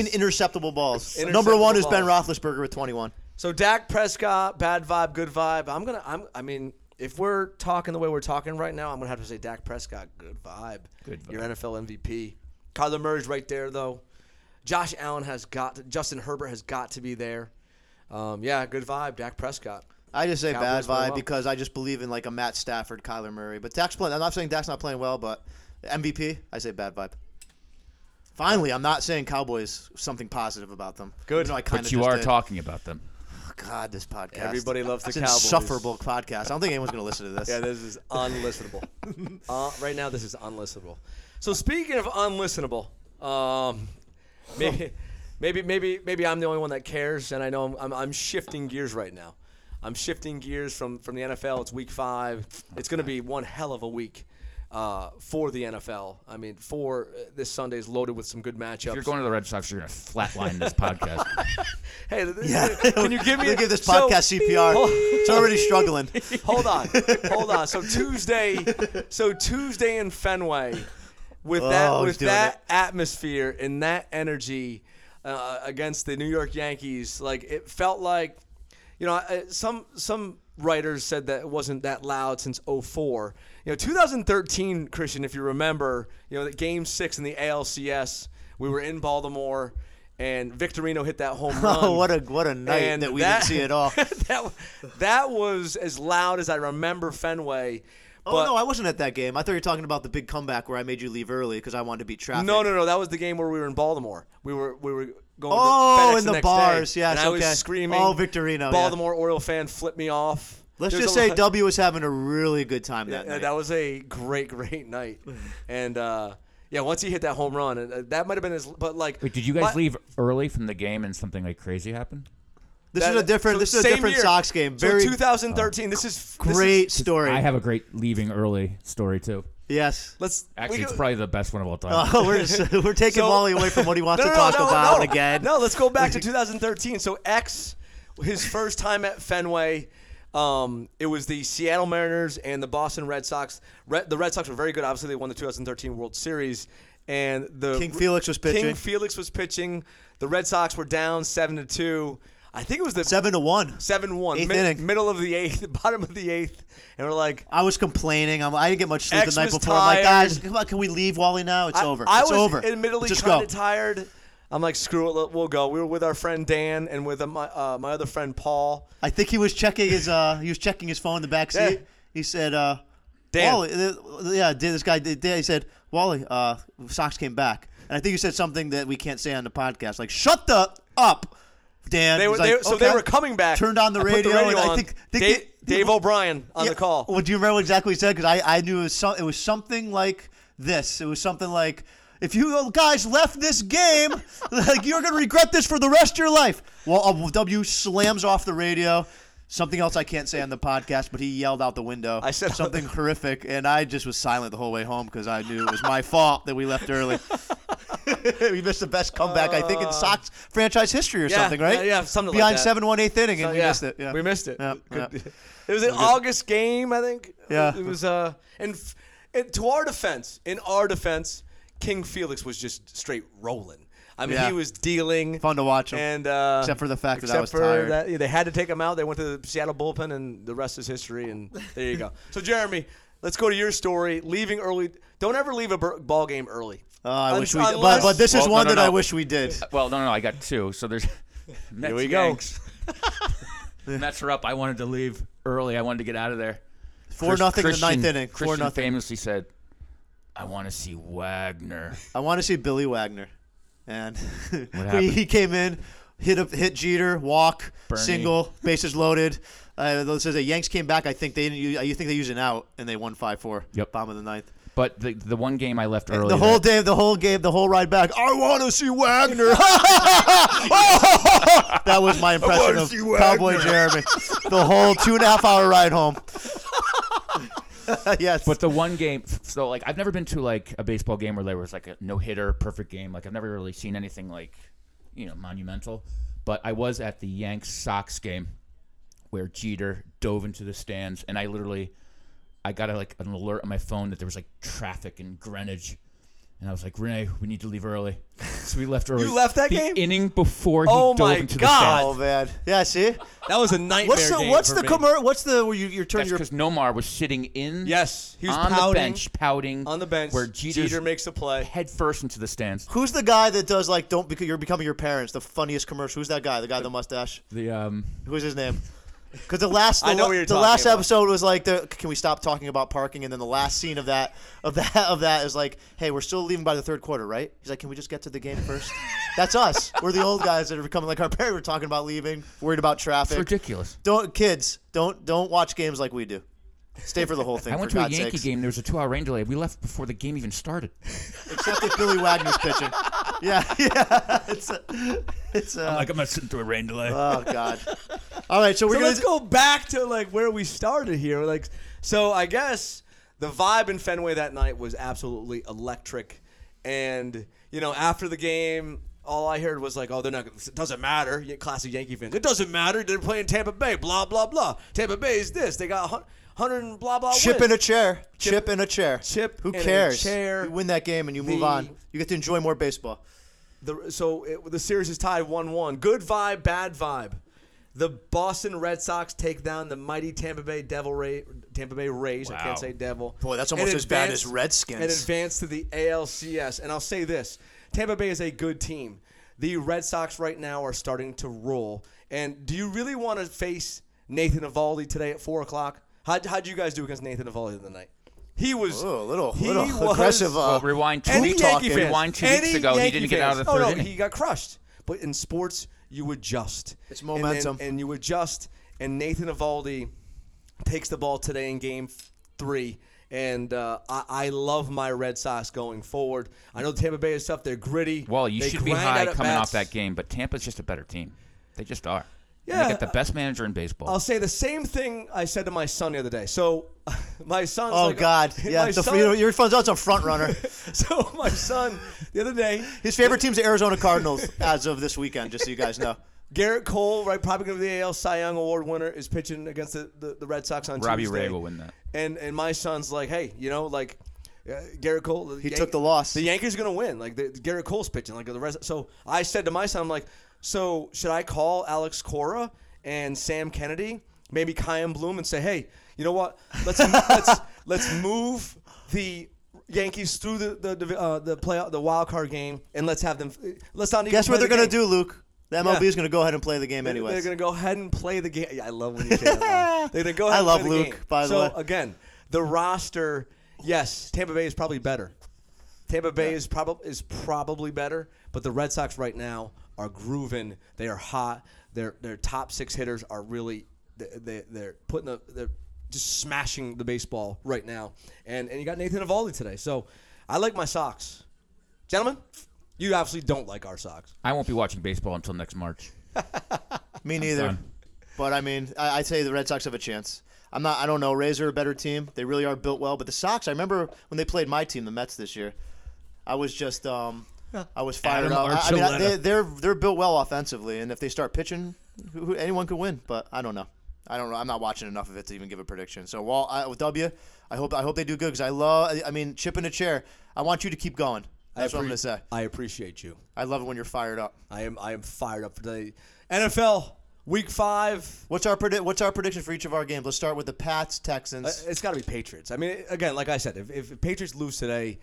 Speaker 2: balls.
Speaker 3: interceptable balls. Number one is Ben Roethlisberger with 21.
Speaker 2: So Dak Prescott, bad vibe, good vibe. I'm gonna. I'm. I mean, if we're talking the way we're talking right now, I'm gonna have to say Dak Prescott, good vibe. Good vibe. Your NFL MVP. Kyler Murray's right there though. Josh Allen has got. To, Justin Herbert has got to be there. Um, yeah, good vibe. Dak Prescott.
Speaker 3: I just say
Speaker 2: Cowboys play
Speaker 3: bad vibe
Speaker 2: well.
Speaker 3: because I just believe in like a Matt Stafford, Kyler Murray. But Dak's playing. I'm not saying Dak's not playing well, but MVP. I say bad vibe. Finally, I'm not saying Cowboys something positive about them. Good. I kind
Speaker 4: But you are talking about them.
Speaker 3: God, this podcast.
Speaker 2: Everybody loves the
Speaker 3: It's
Speaker 2: Cowboys.
Speaker 3: insufferable podcast. I don't think anyone's going to listen to this.
Speaker 2: Yeah, this is unlistenable. uh, right now, this is unlistenable. So speaking of unlistenable, um, maybe, maybe, maybe, maybe I'm the only one that cares, and I know I'm, I'm, I'm shifting gears right now. I'm shifting gears from from the NFL. It's Week Five. It's going to be one hell of a week uh, for the NFL. I mean, for uh, this Sunday is loaded with some good matchups.
Speaker 4: If you're going to the Red Sox, you're going to flatline this podcast.
Speaker 2: hey, this, can you give me?
Speaker 3: They give this
Speaker 2: so-
Speaker 3: podcast CPR. it's already struggling.
Speaker 2: hold on, hold on. So Tuesday, so Tuesday in Fenway, with
Speaker 3: Oh,
Speaker 2: that
Speaker 3: he's
Speaker 2: with
Speaker 3: doing
Speaker 2: that atmosphere and that energy uh, against the New York Yankees, like it felt like, you know, I- some some writers said that it wasn't that loud since 04. You know, 2013, Christian, if you remember, you know, that Game Six in the ALCS, we were in Baltimore. And Victorino hit that home run.
Speaker 3: Oh, what a what a night
Speaker 2: And
Speaker 3: that we didn't see at all. Oh,
Speaker 2: that, that was as loud as I remember Fenway. But
Speaker 3: oh no, I wasn't at that game. I thought you were talking about the big comeback where I made you leave early because I wanted to beat traffic.
Speaker 2: no, no, no. That was the game where we were in Baltimore. We were we were going.
Speaker 3: Oh,
Speaker 2: to FedEx
Speaker 3: in the
Speaker 2: next
Speaker 3: bars,
Speaker 2: Day,
Speaker 3: yes,
Speaker 2: and I
Speaker 3: okay.
Speaker 2: was screaming.
Speaker 3: Oh, Victorino, yeah.
Speaker 2: Baltimore Oriole fan flipped me off.
Speaker 3: Let's
Speaker 2: There's
Speaker 3: just
Speaker 2: a
Speaker 3: say
Speaker 2: lot-
Speaker 3: W was having a really good time that
Speaker 2: Yeah,
Speaker 3: night.
Speaker 2: that was a great, great night. and uh, yeah, once he hit that home run, and, uh, that might have been his. But like,
Speaker 5: Wait, did you guys leave early from the game and something like crazy happened?
Speaker 3: this
Speaker 2: that-
Speaker 3: is a different.
Speaker 2: so
Speaker 3: this is a
Speaker 2: same
Speaker 3: different
Speaker 2: year.
Speaker 3: Sox game.
Speaker 2: So
Speaker 3: Very
Speaker 2: 2013. this is this is-
Speaker 3: great story.
Speaker 5: I have a great leaving early story too.
Speaker 3: yes.
Speaker 2: let's we
Speaker 5: Actually, it's
Speaker 2: go-
Speaker 5: probably the best one of all time.
Speaker 3: Oh, we're just, we're taking
Speaker 2: So-
Speaker 3: Molly away from what he wants to talk about again.
Speaker 2: No, let's go back to 2013. So X, his first time at Fenway, um, it was the Seattle Mariners and the Boston Red Sox. Red, the Red Sox were very good. Obviously, they won the 2013 World Series. And the
Speaker 3: King Felix was pitching.
Speaker 2: King Felix was pitching. The Red Sox were down seven to two. I think it was the
Speaker 3: Seven to one.
Speaker 2: seven one
Speaker 3: Eighth inning.
Speaker 2: middle of the eighth, bottom of the eighth, and we're like,
Speaker 3: I was complaining. I'm, I didn't get much sleep
Speaker 2: X
Speaker 3: the night
Speaker 2: was
Speaker 3: before. I'm like, guys,
Speaker 2: tired.
Speaker 3: come on, can we leave Wally now? It's
Speaker 2: I-
Speaker 3: over.
Speaker 2: I
Speaker 3: it's
Speaker 2: was
Speaker 3: over.
Speaker 2: admittedly
Speaker 3: just
Speaker 2: kind
Speaker 3: go.
Speaker 2: of tired. I'm like, screw it, let- we'll go. We were with our friend Dan and with uh, my uh, my other friend Paul.
Speaker 3: I think he was checking his uh he was checking his phone in the back seat.
Speaker 2: Yeah.
Speaker 3: He said, uh,
Speaker 2: Dan.
Speaker 3: Wally, th- yeah, did this guy did, did- he said Wally? Uh, Sox came back, and I think you said something that we can't say on the podcast, like shut the up, Dan.
Speaker 2: They
Speaker 3: He's
Speaker 2: were
Speaker 3: like,
Speaker 2: they, so they
Speaker 3: "Okay."
Speaker 2: were coming back.
Speaker 3: Turned on the
Speaker 2: I put
Speaker 3: radio. and I
Speaker 2: on.
Speaker 3: think, think
Speaker 2: Dave,
Speaker 3: they-
Speaker 2: Dave O'Brien on the call.
Speaker 3: Well, do you remember exactly what he said? Because I, I knew it was, some, it was something like this. It was something like, if you guys left this game, like you're going to regret this for the rest of your life. Well, uh, W slams off the radio. Something else I can't say on the podcast, but he yelled out the window.
Speaker 2: I said-
Speaker 3: something horrific, and I just was silent the whole way home because I knew it was my fault that we left early. we missed the best comeback I think in Sox franchise history or
Speaker 2: Uh. Yeah,
Speaker 3: something, right?
Speaker 2: yeah, yeah, something like
Speaker 3: Behind
Speaker 2: that.
Speaker 3: seven one eighth inning, and
Speaker 2: So, Uh,
Speaker 3: we
Speaker 2: yeah,
Speaker 3: missed it. Yeah.
Speaker 2: We missed it.
Speaker 3: Yeah,
Speaker 2: Good-
Speaker 3: yeah.
Speaker 2: It was an August game, I think.
Speaker 3: Yeah.
Speaker 2: It was uh and, f- and to our defense, in our defense, King Felix was just straight rolling. I mean,
Speaker 3: Yeah.
Speaker 2: he was dealing.
Speaker 3: Fun to watch him.
Speaker 2: And uh,
Speaker 3: Except for the fact that I
Speaker 2: except
Speaker 3: was
Speaker 2: for
Speaker 3: tired.
Speaker 2: that- yeah, they had to take him out. They went to the Seattle bullpen, and the rest is history. And there you go. So Jeremy, let's go to your story. Leaving early. Don't ever leave a bur- ball game early.
Speaker 3: Oh, I
Speaker 2: Un-
Speaker 3: wish we did. But,
Speaker 2: unless-
Speaker 3: but this is
Speaker 4: Well, no,
Speaker 3: one
Speaker 4: no,
Speaker 3: that I
Speaker 4: no.
Speaker 3: wish we did.
Speaker 5: Well, no, no, I got two. So there's Mets
Speaker 2: we go.
Speaker 5: Yanks. Mets are up. I wanted to leave early. I wanted to get out of there.
Speaker 3: Four nothing in the ninth
Speaker 5: Christian-
Speaker 3: inning. Four
Speaker 5: Christian
Speaker 3: nothing.
Speaker 5: famously said, "I want to see Wagner."
Speaker 3: I want to see Billy Wagner, and we,
Speaker 5: happened?
Speaker 3: he came in, hit a hit Jeter, walk,
Speaker 5: Bernie.
Speaker 3: single, bases loaded. Uh, this is a Yanks came back. I think they didn't. Use, you think they used an out, and they won five four.
Speaker 5: Yep.
Speaker 3: Bottom of the ninth.
Speaker 5: But the the one game I left early.
Speaker 3: the whole
Speaker 5: that-
Speaker 3: day, the whole game, the whole ride back. I want to see Wagner. that was my impression of Cowboy Jeremy. The whole two and a half hour ride home. yes.
Speaker 4: But the one game, so like I've never been to like a baseball game where there was like a no hitter, perfect game. Like I've never really seen anything like, you know, monumental. But I was at the Yanks Sox game where Jeter dove into the stands, and I literally, I got a, like an alert on my phone that there was like traffic in Greenwich. And I was like, Renee, we need to leave early. So we left early.
Speaker 2: You left that
Speaker 4: the
Speaker 2: game?
Speaker 4: inning before he
Speaker 2: Oh
Speaker 4: dove
Speaker 2: my
Speaker 4: into
Speaker 2: God.
Speaker 4: the stands.
Speaker 3: oh man, yeah. See,
Speaker 2: That was a nightmare.
Speaker 3: what's the
Speaker 2: game
Speaker 3: what's
Speaker 2: for
Speaker 3: the
Speaker 2: me.
Speaker 3: commer- What's the where you you turn
Speaker 4: That's
Speaker 3: your
Speaker 4: because Nomar was sitting in.
Speaker 2: Yes, he was
Speaker 4: on the
Speaker 2: pouting.
Speaker 4: bench, pouting
Speaker 2: on the bench
Speaker 4: where Jeter's
Speaker 2: Jeter makes a play.
Speaker 4: head first into the stands.
Speaker 3: Who's the guy that does like don't because you're becoming your parents? The funniest commercial. Who's that guy? The guy with the mustache.
Speaker 4: The um,
Speaker 3: Who's his name? Because the last the,
Speaker 2: I know
Speaker 3: la-
Speaker 2: what you're
Speaker 3: the
Speaker 2: talking
Speaker 3: last
Speaker 2: about.
Speaker 3: episode was like the can we stop talking about parking? And then the last scene of that of that of that is like, hey, we're still leaving by the third quarter, right? He's like, can we just get to the game first? That's us. We're the old guys that are becoming like our parents. We're talking about leaving, worried about
Speaker 4: it's
Speaker 3: traffic.
Speaker 4: ridiculous.
Speaker 3: Don't kids, don't don't watch games like we do. Stay for the whole thing.
Speaker 4: I
Speaker 3: for
Speaker 4: went to a
Speaker 3: God's
Speaker 4: Yankee
Speaker 3: sakes.
Speaker 4: game. There was a two-hour rain delay. We left before the game even started.
Speaker 3: except if Billy Wagner's pitching. Yeah, yeah. It's a, it's a,
Speaker 4: I'm not sitting through a rain delay.
Speaker 3: Oh God! All right, so we're
Speaker 2: So
Speaker 3: gonna
Speaker 2: let's go back to like where we started here. Like, so I guess the vibe in Fenway that night was absolutely electric, and you know after the game. All I heard was like, "Oh, they're not. It doesn't matter." Y- Classic Yankee fans. It doesn't matter. They're playing Tampa Bay. Blah blah blah. Tampa Bay is this. They got hun- hundred and blah blah.
Speaker 3: chip
Speaker 2: wins.
Speaker 3: in a chair. Chip, in a chair.
Speaker 2: Chip
Speaker 3: Who
Speaker 2: in a
Speaker 3: cares?
Speaker 2: chair.
Speaker 3: You win that game and you move
Speaker 2: The-
Speaker 3: on. You get to enjoy more baseball.
Speaker 2: The, so it, the series is tied 1 1. Good vibe, bad vibe. The Boston Red Sox take down the mighty Tampa Bay Devil Ray, Tampa Bay Rays. I
Speaker 4: Wow.
Speaker 2: can't say Devil.
Speaker 3: Boy, that's
Speaker 2: And
Speaker 3: almost as bad as
Speaker 2: advance-
Speaker 3: Redskins.
Speaker 2: And advance to the ALCS. And I'll say this Tampa Bay is a good team. The Red Sox right now are starting to roll. And do you really want to face Nathan Avaldi today at 4 o'clock? How, how'd you guys do against Nathan Avaldi the other night? He was
Speaker 3: Oh, a little,
Speaker 2: he
Speaker 3: little
Speaker 2: was-
Speaker 3: aggressive. Uh,
Speaker 4: well, rewind two,
Speaker 2: any
Speaker 4: weeks,
Speaker 2: Yankee fans,
Speaker 4: rewind two
Speaker 2: any
Speaker 4: weeks ago.
Speaker 2: Yankee
Speaker 4: he didn't get out of the
Speaker 2: fans.
Speaker 4: third
Speaker 2: oh, no,
Speaker 4: inning.
Speaker 2: he got crushed. But in sports, you adjust.
Speaker 3: It's
Speaker 2: And then-
Speaker 3: momentum.
Speaker 2: and, you adjust. And Nathan Avaldi takes the ball today in Game Three. And uh, I, I love my Red Sox going forward. I know Tampa Bay is tough. They're gitty.
Speaker 4: Well, you
Speaker 2: They
Speaker 4: should be
Speaker 2: grind
Speaker 4: high
Speaker 2: out at
Speaker 4: coming off
Speaker 2: bats.
Speaker 4: that game, but Tampa's just a better team. They just are. And
Speaker 2: Yeah,
Speaker 4: they got the best manager in baseball.
Speaker 2: I'll say the same thing I said to my son the other day. So, my son's
Speaker 3: oh
Speaker 2: like,
Speaker 3: God!
Speaker 2: my
Speaker 3: Yeah, the,
Speaker 2: son-
Speaker 3: you know, your phone's out a front runner.
Speaker 2: so my son the other day
Speaker 3: His favorite team's the Arizona Cardinals as of this weekend. Just so you guys know.
Speaker 2: Garrett Cole, right, probably going to be the AL Cy Young Award winner, is pitching against the, the, the Red Sox on
Speaker 4: Robbie
Speaker 2: Tuesday.
Speaker 4: Ray will win that.
Speaker 2: And and my son's like, hey, you know, like uh, Garrett Cole. the
Speaker 3: He took the loss.
Speaker 2: The Yankees are going to win. Like the, Garrett Cole's pitching. Like the rest. So I said to my son, I'm like, so should I call Alex Cora and Sam Kennedy, maybe Kyan Bloom, and say, hey, you know what? Let's let's let's move the. Yankees through the the the, uh, the play the wild card game and let's have them. Let's not even
Speaker 3: Guess
Speaker 2: play
Speaker 3: what they're
Speaker 2: the
Speaker 3: gonna
Speaker 2: game.
Speaker 3: do, Luke? The MLB is gonna go ahead and play the game
Speaker 2: They're-
Speaker 3: anyway.
Speaker 2: They're gonna go ahead and play the game. Yeah, I love when you say that. Ron. They're gonna go
Speaker 3: I
Speaker 2: ahead.
Speaker 3: love
Speaker 2: and play
Speaker 3: Luke,
Speaker 2: The game.
Speaker 3: by the
Speaker 2: so
Speaker 3: way.
Speaker 2: again, the roster. Yes, Tampa Bay is probably better. Tampa Bay is probably is probably better, but the Red Sox right now are grooving. They are hot. Their their top six hitters are really they, they they're putting the they're just smashing the baseball right now. And and you got Nathan Evaldi today. So I like my socks, gentlemen. You absolutely don't like our socks.
Speaker 4: I won't be watching baseball until next March.
Speaker 3: Me neither.
Speaker 4: done.
Speaker 3: But I mean, I, I'd say the Red Sox have a chance. I'm not. I don't know. Rays are a better team. They really are built well. But the Sox, I remember when they played my team, the Mets, this year. I was just, um, I was fired
Speaker 4: Adam
Speaker 3: up. I- I mean, I-
Speaker 4: Archuleta.
Speaker 3: they, they're they're built well offensively, and if they start pitching, who, who, anyone could win. But I don't know. I don't know. I'm not watching enough of it to even give a prediction. So, Wall, I, with W, I hope I hope they do good because I love. I, I mean, chip in a chair. I want you to keep going. That's what I'm
Speaker 2: appre-
Speaker 3: gonna say.
Speaker 2: I appreciate you.
Speaker 3: I love it when you're fired up.
Speaker 2: I am I am fired up for the NFL Week Five.
Speaker 3: What's our predi- What's our prediction for each of our games? Let's start with the Pats Texans.
Speaker 2: Uh, It's got to be Patriots. I mean, again, like I said, if, if Patriots lose today,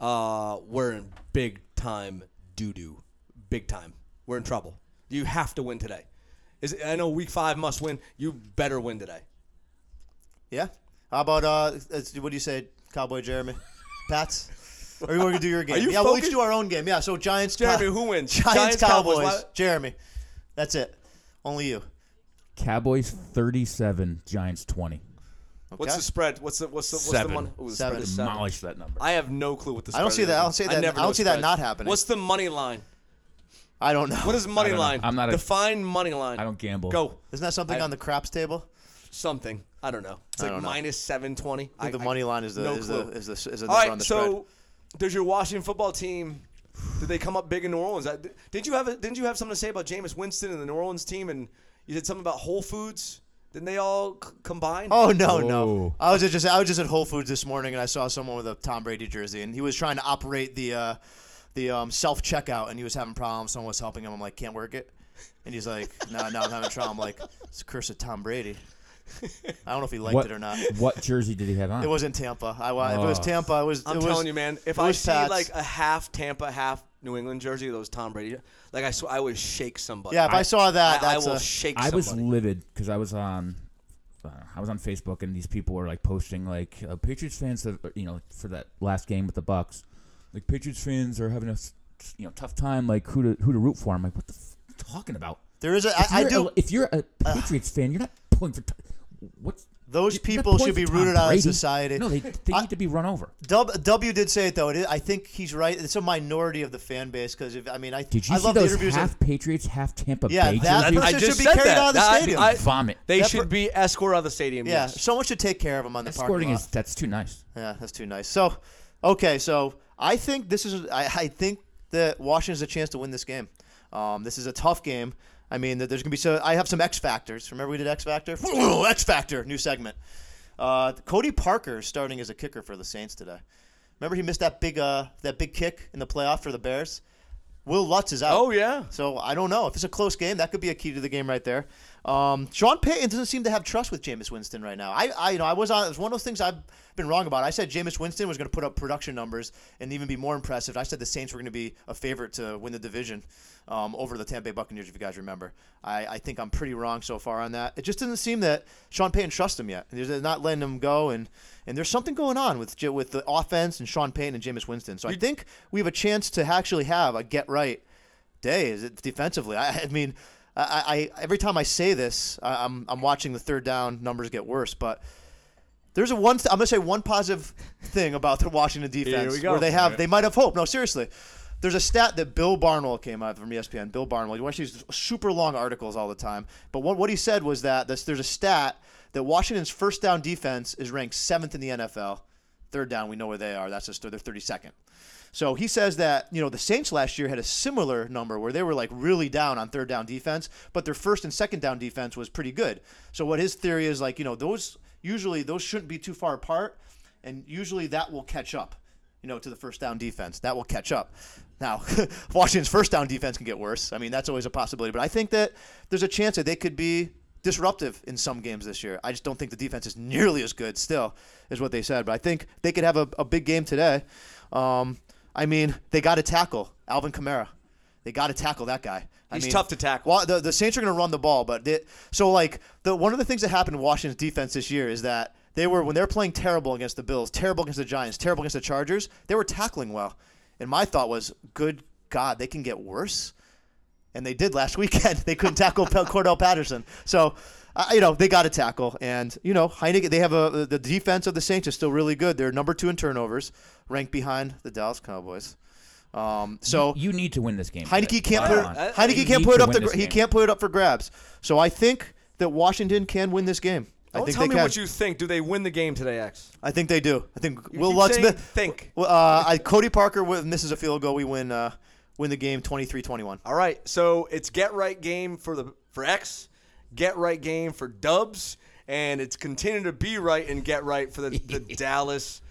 Speaker 2: uh, we're in big time doo doo, big time. We're in trouble. You have to win today. Is I know Week Five must win. You better win today.
Speaker 3: Yeah. How about uh, it's- what do you say, Cowboy Jeremy? Pats. Or you want to do your game?
Speaker 2: you
Speaker 3: yeah, we'll each
Speaker 2: focused?
Speaker 3: do our own game. Yeah. So Giants.
Speaker 2: Jeremy, who wins?
Speaker 3: Giants,
Speaker 2: Giants,
Speaker 3: Cowboys.
Speaker 2: Cowboys, why-
Speaker 3: Jeremy. That's it. Only you.
Speaker 5: Cowboys 37, Giants 20.
Speaker 2: What's
Speaker 3: Okay.
Speaker 2: the spread? What's the what's the what's
Speaker 4: Seven.
Speaker 2: the money? Ooh, the
Speaker 3: Seven.
Speaker 2: spread is
Speaker 4: Demolish that number.
Speaker 2: I have no clue what the.
Speaker 3: I
Speaker 2: Spread
Speaker 3: don't see
Speaker 2: is.
Speaker 3: that- I don't see that-
Speaker 2: never
Speaker 3: I
Speaker 2: know
Speaker 3: don't see that
Speaker 2: spreads.
Speaker 3: not happening.
Speaker 2: What's the money line?
Speaker 3: I don't know.
Speaker 2: What is money
Speaker 4: don't know.
Speaker 2: line?
Speaker 4: I'm not a-
Speaker 2: define money line.
Speaker 5: I don't gamble.
Speaker 2: Go
Speaker 3: Isn't that something
Speaker 2: I-
Speaker 3: on the craps table?
Speaker 2: something. I don't know. It's
Speaker 3: I
Speaker 2: like
Speaker 3: don't know.
Speaker 2: minus seven twenty.
Speaker 3: I think the money line is the
Speaker 2: no
Speaker 3: is the,
Speaker 2: clue.
Speaker 3: is the is the
Speaker 2: All
Speaker 3: number on
Speaker 2: right,
Speaker 3: the
Speaker 2: so does your Washington football team? Did they come up big in New Orleans? I- Didn't you have a, Didn't you have something to say about Jameis Winston and the New Orleans team? And you said something about Whole Foods. Didn't they all c- combine?
Speaker 3: Oh no, no!
Speaker 5: Whoa.
Speaker 3: I was at just I was just at Whole Foods this morning, and I saw someone with a Tom Brady jersey, and he was trying to operate the uh, the um, self checkout, and he was having problems. Someone was helping him. I'm like, can't work it, and he's like, no, no, I'm having trouble. I'm like, it's the curse of Tom Brady. I don't know if he liked
Speaker 5: what,
Speaker 3: it or not.
Speaker 5: what jersey did he have on?
Speaker 3: It wasn't Tampa. I wa- If it was
Speaker 5: Oh.
Speaker 3: Tampa, it was.
Speaker 2: I'm
Speaker 3: it was-
Speaker 2: telling you, man. If
Speaker 3: it
Speaker 2: I
Speaker 3: was
Speaker 2: see
Speaker 3: Pats.
Speaker 2: like a half Tampa, half New England jersey, those Tom Brady, like I, sw- I always shake somebody.
Speaker 3: yeah, if I, saw
Speaker 2: I,
Speaker 3: that,
Speaker 2: I
Speaker 3: that's
Speaker 2: will
Speaker 3: a-
Speaker 2: shake.
Speaker 5: I was
Speaker 2: somebody.
Speaker 5: livid because I was on, uh, I was on Facebook and these people were like posting like uh, Patriots fans have you know for that last game with the Bucks, like Patriots fans are having a s- you know tough time like who to who to root for. I'm like, what the f- you talking about?
Speaker 3: there is a.
Speaker 5: If
Speaker 3: I, I
Speaker 5: you're
Speaker 3: do.
Speaker 5: A, if you're a Patriots fan, you're not pulling for. T- what's
Speaker 3: Those
Speaker 5: you're not
Speaker 3: people
Speaker 5: pulling
Speaker 3: should
Speaker 5: for
Speaker 3: be
Speaker 5: Tom
Speaker 3: rooted out of
Speaker 5: Brady.
Speaker 3: society.
Speaker 5: No, they they
Speaker 3: I-
Speaker 5: need to be run over.
Speaker 3: W, w did say it though. It is, I think he's right. It's a minority of the fan base because if I mean, I
Speaker 5: Did you
Speaker 3: I
Speaker 5: see
Speaker 3: love
Speaker 5: those
Speaker 3: the interviews.
Speaker 5: half
Speaker 3: that-
Speaker 5: Patriots, half Tampa
Speaker 3: Yeah,
Speaker 5: Bay
Speaker 3: that
Speaker 5: jerseys?
Speaker 3: person
Speaker 2: I
Speaker 3: should
Speaker 2: just
Speaker 3: be
Speaker 2: said
Speaker 3: carried
Speaker 2: that.
Speaker 3: out of the
Speaker 2: I-
Speaker 3: stadium.
Speaker 2: I-
Speaker 5: Vomit.
Speaker 2: They
Speaker 3: That per-
Speaker 2: should be escorted out of the stadium.
Speaker 3: yeah,
Speaker 2: yes.
Speaker 3: someone should take care of him on the
Speaker 5: Escorting
Speaker 3: parking
Speaker 5: is that's too nice.
Speaker 3: lot. Yeah, that's too nice. So, okay, so I think this is. I, I think that Washington's a chance to win this game. Um, this is a tough game. I mean, that there's gonna be so. I have some X factors. Remember we did X factor. X factor, new segment. Uh, Cody Parker is starting as a kicker for the Saints today. Remember he missed that big uh, that big kick in the playoff for the Bears. Will Lutz is out.
Speaker 2: Oh yeah.
Speaker 3: So I don't know if it's a close game. That could be a key to the game right there. Um, Sean Payton doesn't seem to have trust with Jameis Winston right now. I, I you know, I was on. It was one of those things I've been wrong about. I said Jameis Winston was going to put up production numbers and even be more impressive. I said the Saints were going to be a favorite to win the division um, over the Tampa Bay Buccaneers. If you guys remember, I, I think I'm pretty wrong so far on that. It just doesn't seem that Sean Payton trusts him yet. They're not letting him go, and and there's something going on with J- with the offense and Sean Payton and Jameis Winston. So I think we have a chance to actually have a get right day is it defensively. I, I mean, I, I every time I say this, I, I'm I'm watching the third down numbers get worse. But there's a one. I'm gonna say one positive thing about the Washington defense
Speaker 2: we go.
Speaker 3: where they have they might have hope. No, seriously. There's a stat that Bill Barnwell came out from E ESPN. Bill Barnwell, you watch these super long articles all the time. But what, what he said was that this, there's a stat that Washington's first down defense is ranked seventh in the NFL. Third down, we know where they are. That's just they're 32nd. So he says that, you know, the Saints last year had a similar number where they were like really down on third down defense, but their first and second down defense was pretty good. So what his theory is like, you know, those usually those shouldn't be too far apart and usually that will catch up, you know, to the first down defense. That will catch up. Now, Washington's first down defense can get worse. I mean, that's always a possibility, but I think that there's a chance that they could be disruptive in some games this year. I just don't think the defense is nearly as good still, is what they said. But I think they could have a, a big game today. Um, I mean, they got to tackle Alvin Kamara. They got to tackle that guy. I
Speaker 2: He's
Speaker 3: mean,
Speaker 2: tough to tackle.
Speaker 3: Wa- the, the Saints are going to run the ball, but they, so like the one of the things that happened in Washington's defense this year is that they were when they were playing terrible against the Bills, terrible against the Giants, terrible against the Chargers, they were tackling well. And my thought was, good God, they can get worse and they did last weekend. They couldn't tackle Pe- Cordell Patterson. So, uh, you know, they got to tackle. And, you know, Heineken, they have a, the defense of the Saints is still really good. They're number two in turnovers, ranked behind the Dallas Cowboys. Um, so,
Speaker 5: You need to win this game. today.
Speaker 3: Heineke can't
Speaker 5: Come
Speaker 3: put
Speaker 5: on.
Speaker 2: I-
Speaker 3: Heineke
Speaker 5: You
Speaker 3: can't
Speaker 5: need
Speaker 3: put it
Speaker 5: to
Speaker 3: up
Speaker 5: win
Speaker 3: the,
Speaker 5: this
Speaker 3: he
Speaker 5: game.
Speaker 3: can't put it up for grabs. So I think that Washington can win this game.
Speaker 2: Don't
Speaker 3: I think
Speaker 2: tell
Speaker 3: they
Speaker 2: me
Speaker 3: can.
Speaker 2: what you think. Do they win the game today, X?
Speaker 3: I think they do. I think
Speaker 2: You
Speaker 3: Will
Speaker 2: keep
Speaker 3: Lutz
Speaker 2: saying
Speaker 3: mi-
Speaker 2: think.
Speaker 3: Well, uh, I, Cody Parker wi- misses a field goal. We win. Uh, win the game 23-21.
Speaker 2: All right, so it's get right game for the for X, get right game for Dubs, and it's continue to be right and get right for the, the Dallas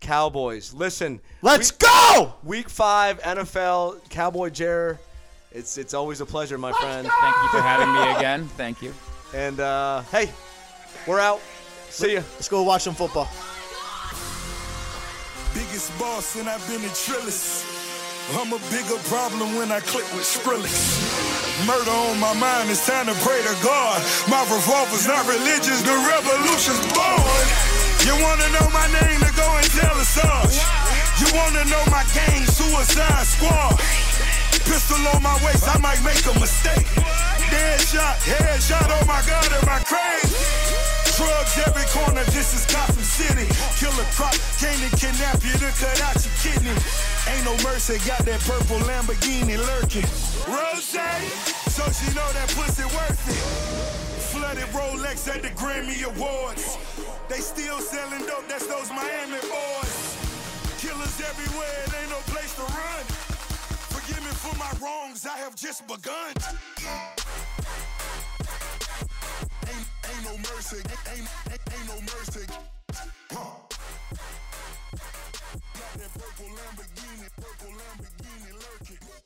Speaker 2: Cowboys. Listen,
Speaker 3: Let's
Speaker 2: week,
Speaker 3: go!
Speaker 2: Week five NFL Cowboy Jer, it's it's always a pleasure, my friend.
Speaker 5: Thank you for having me again. Thank you.
Speaker 2: And uh, hey, we're out. See ya.
Speaker 3: Let's go watch some football.
Speaker 6: Biggest boss and I've been a trillist. I'm a bigger problem when I click with Skrillex. Murder on my mind, it's time to pray to God. My revolver's not religious, the revolution's born. You wanna know my name, then go and tell us us. You wanna know my gang, Suicide Squad. Pistol on my waist, I might make a mistake. Dead shot, head shot, oh my God, am I crazy? Drugs every corner, this is Gotham City. Kill a crop, came to kidnap you to cut out your kidney. Ain't no mercy, got that purple Lamborghini lurking. Rose, so she know that pussy worth it. Flooded Rolex at the Grammy Awards. They still selling dope, that's those Miami boys. Killers everywhere, it ain't no place to run. Forgive me for my wrongs, I have just begun. Ain't, ain't no mercy, ain't, ain't, ain't no mercy. Huh. Got that purple Lamborghini, purple Lamborghini lurking.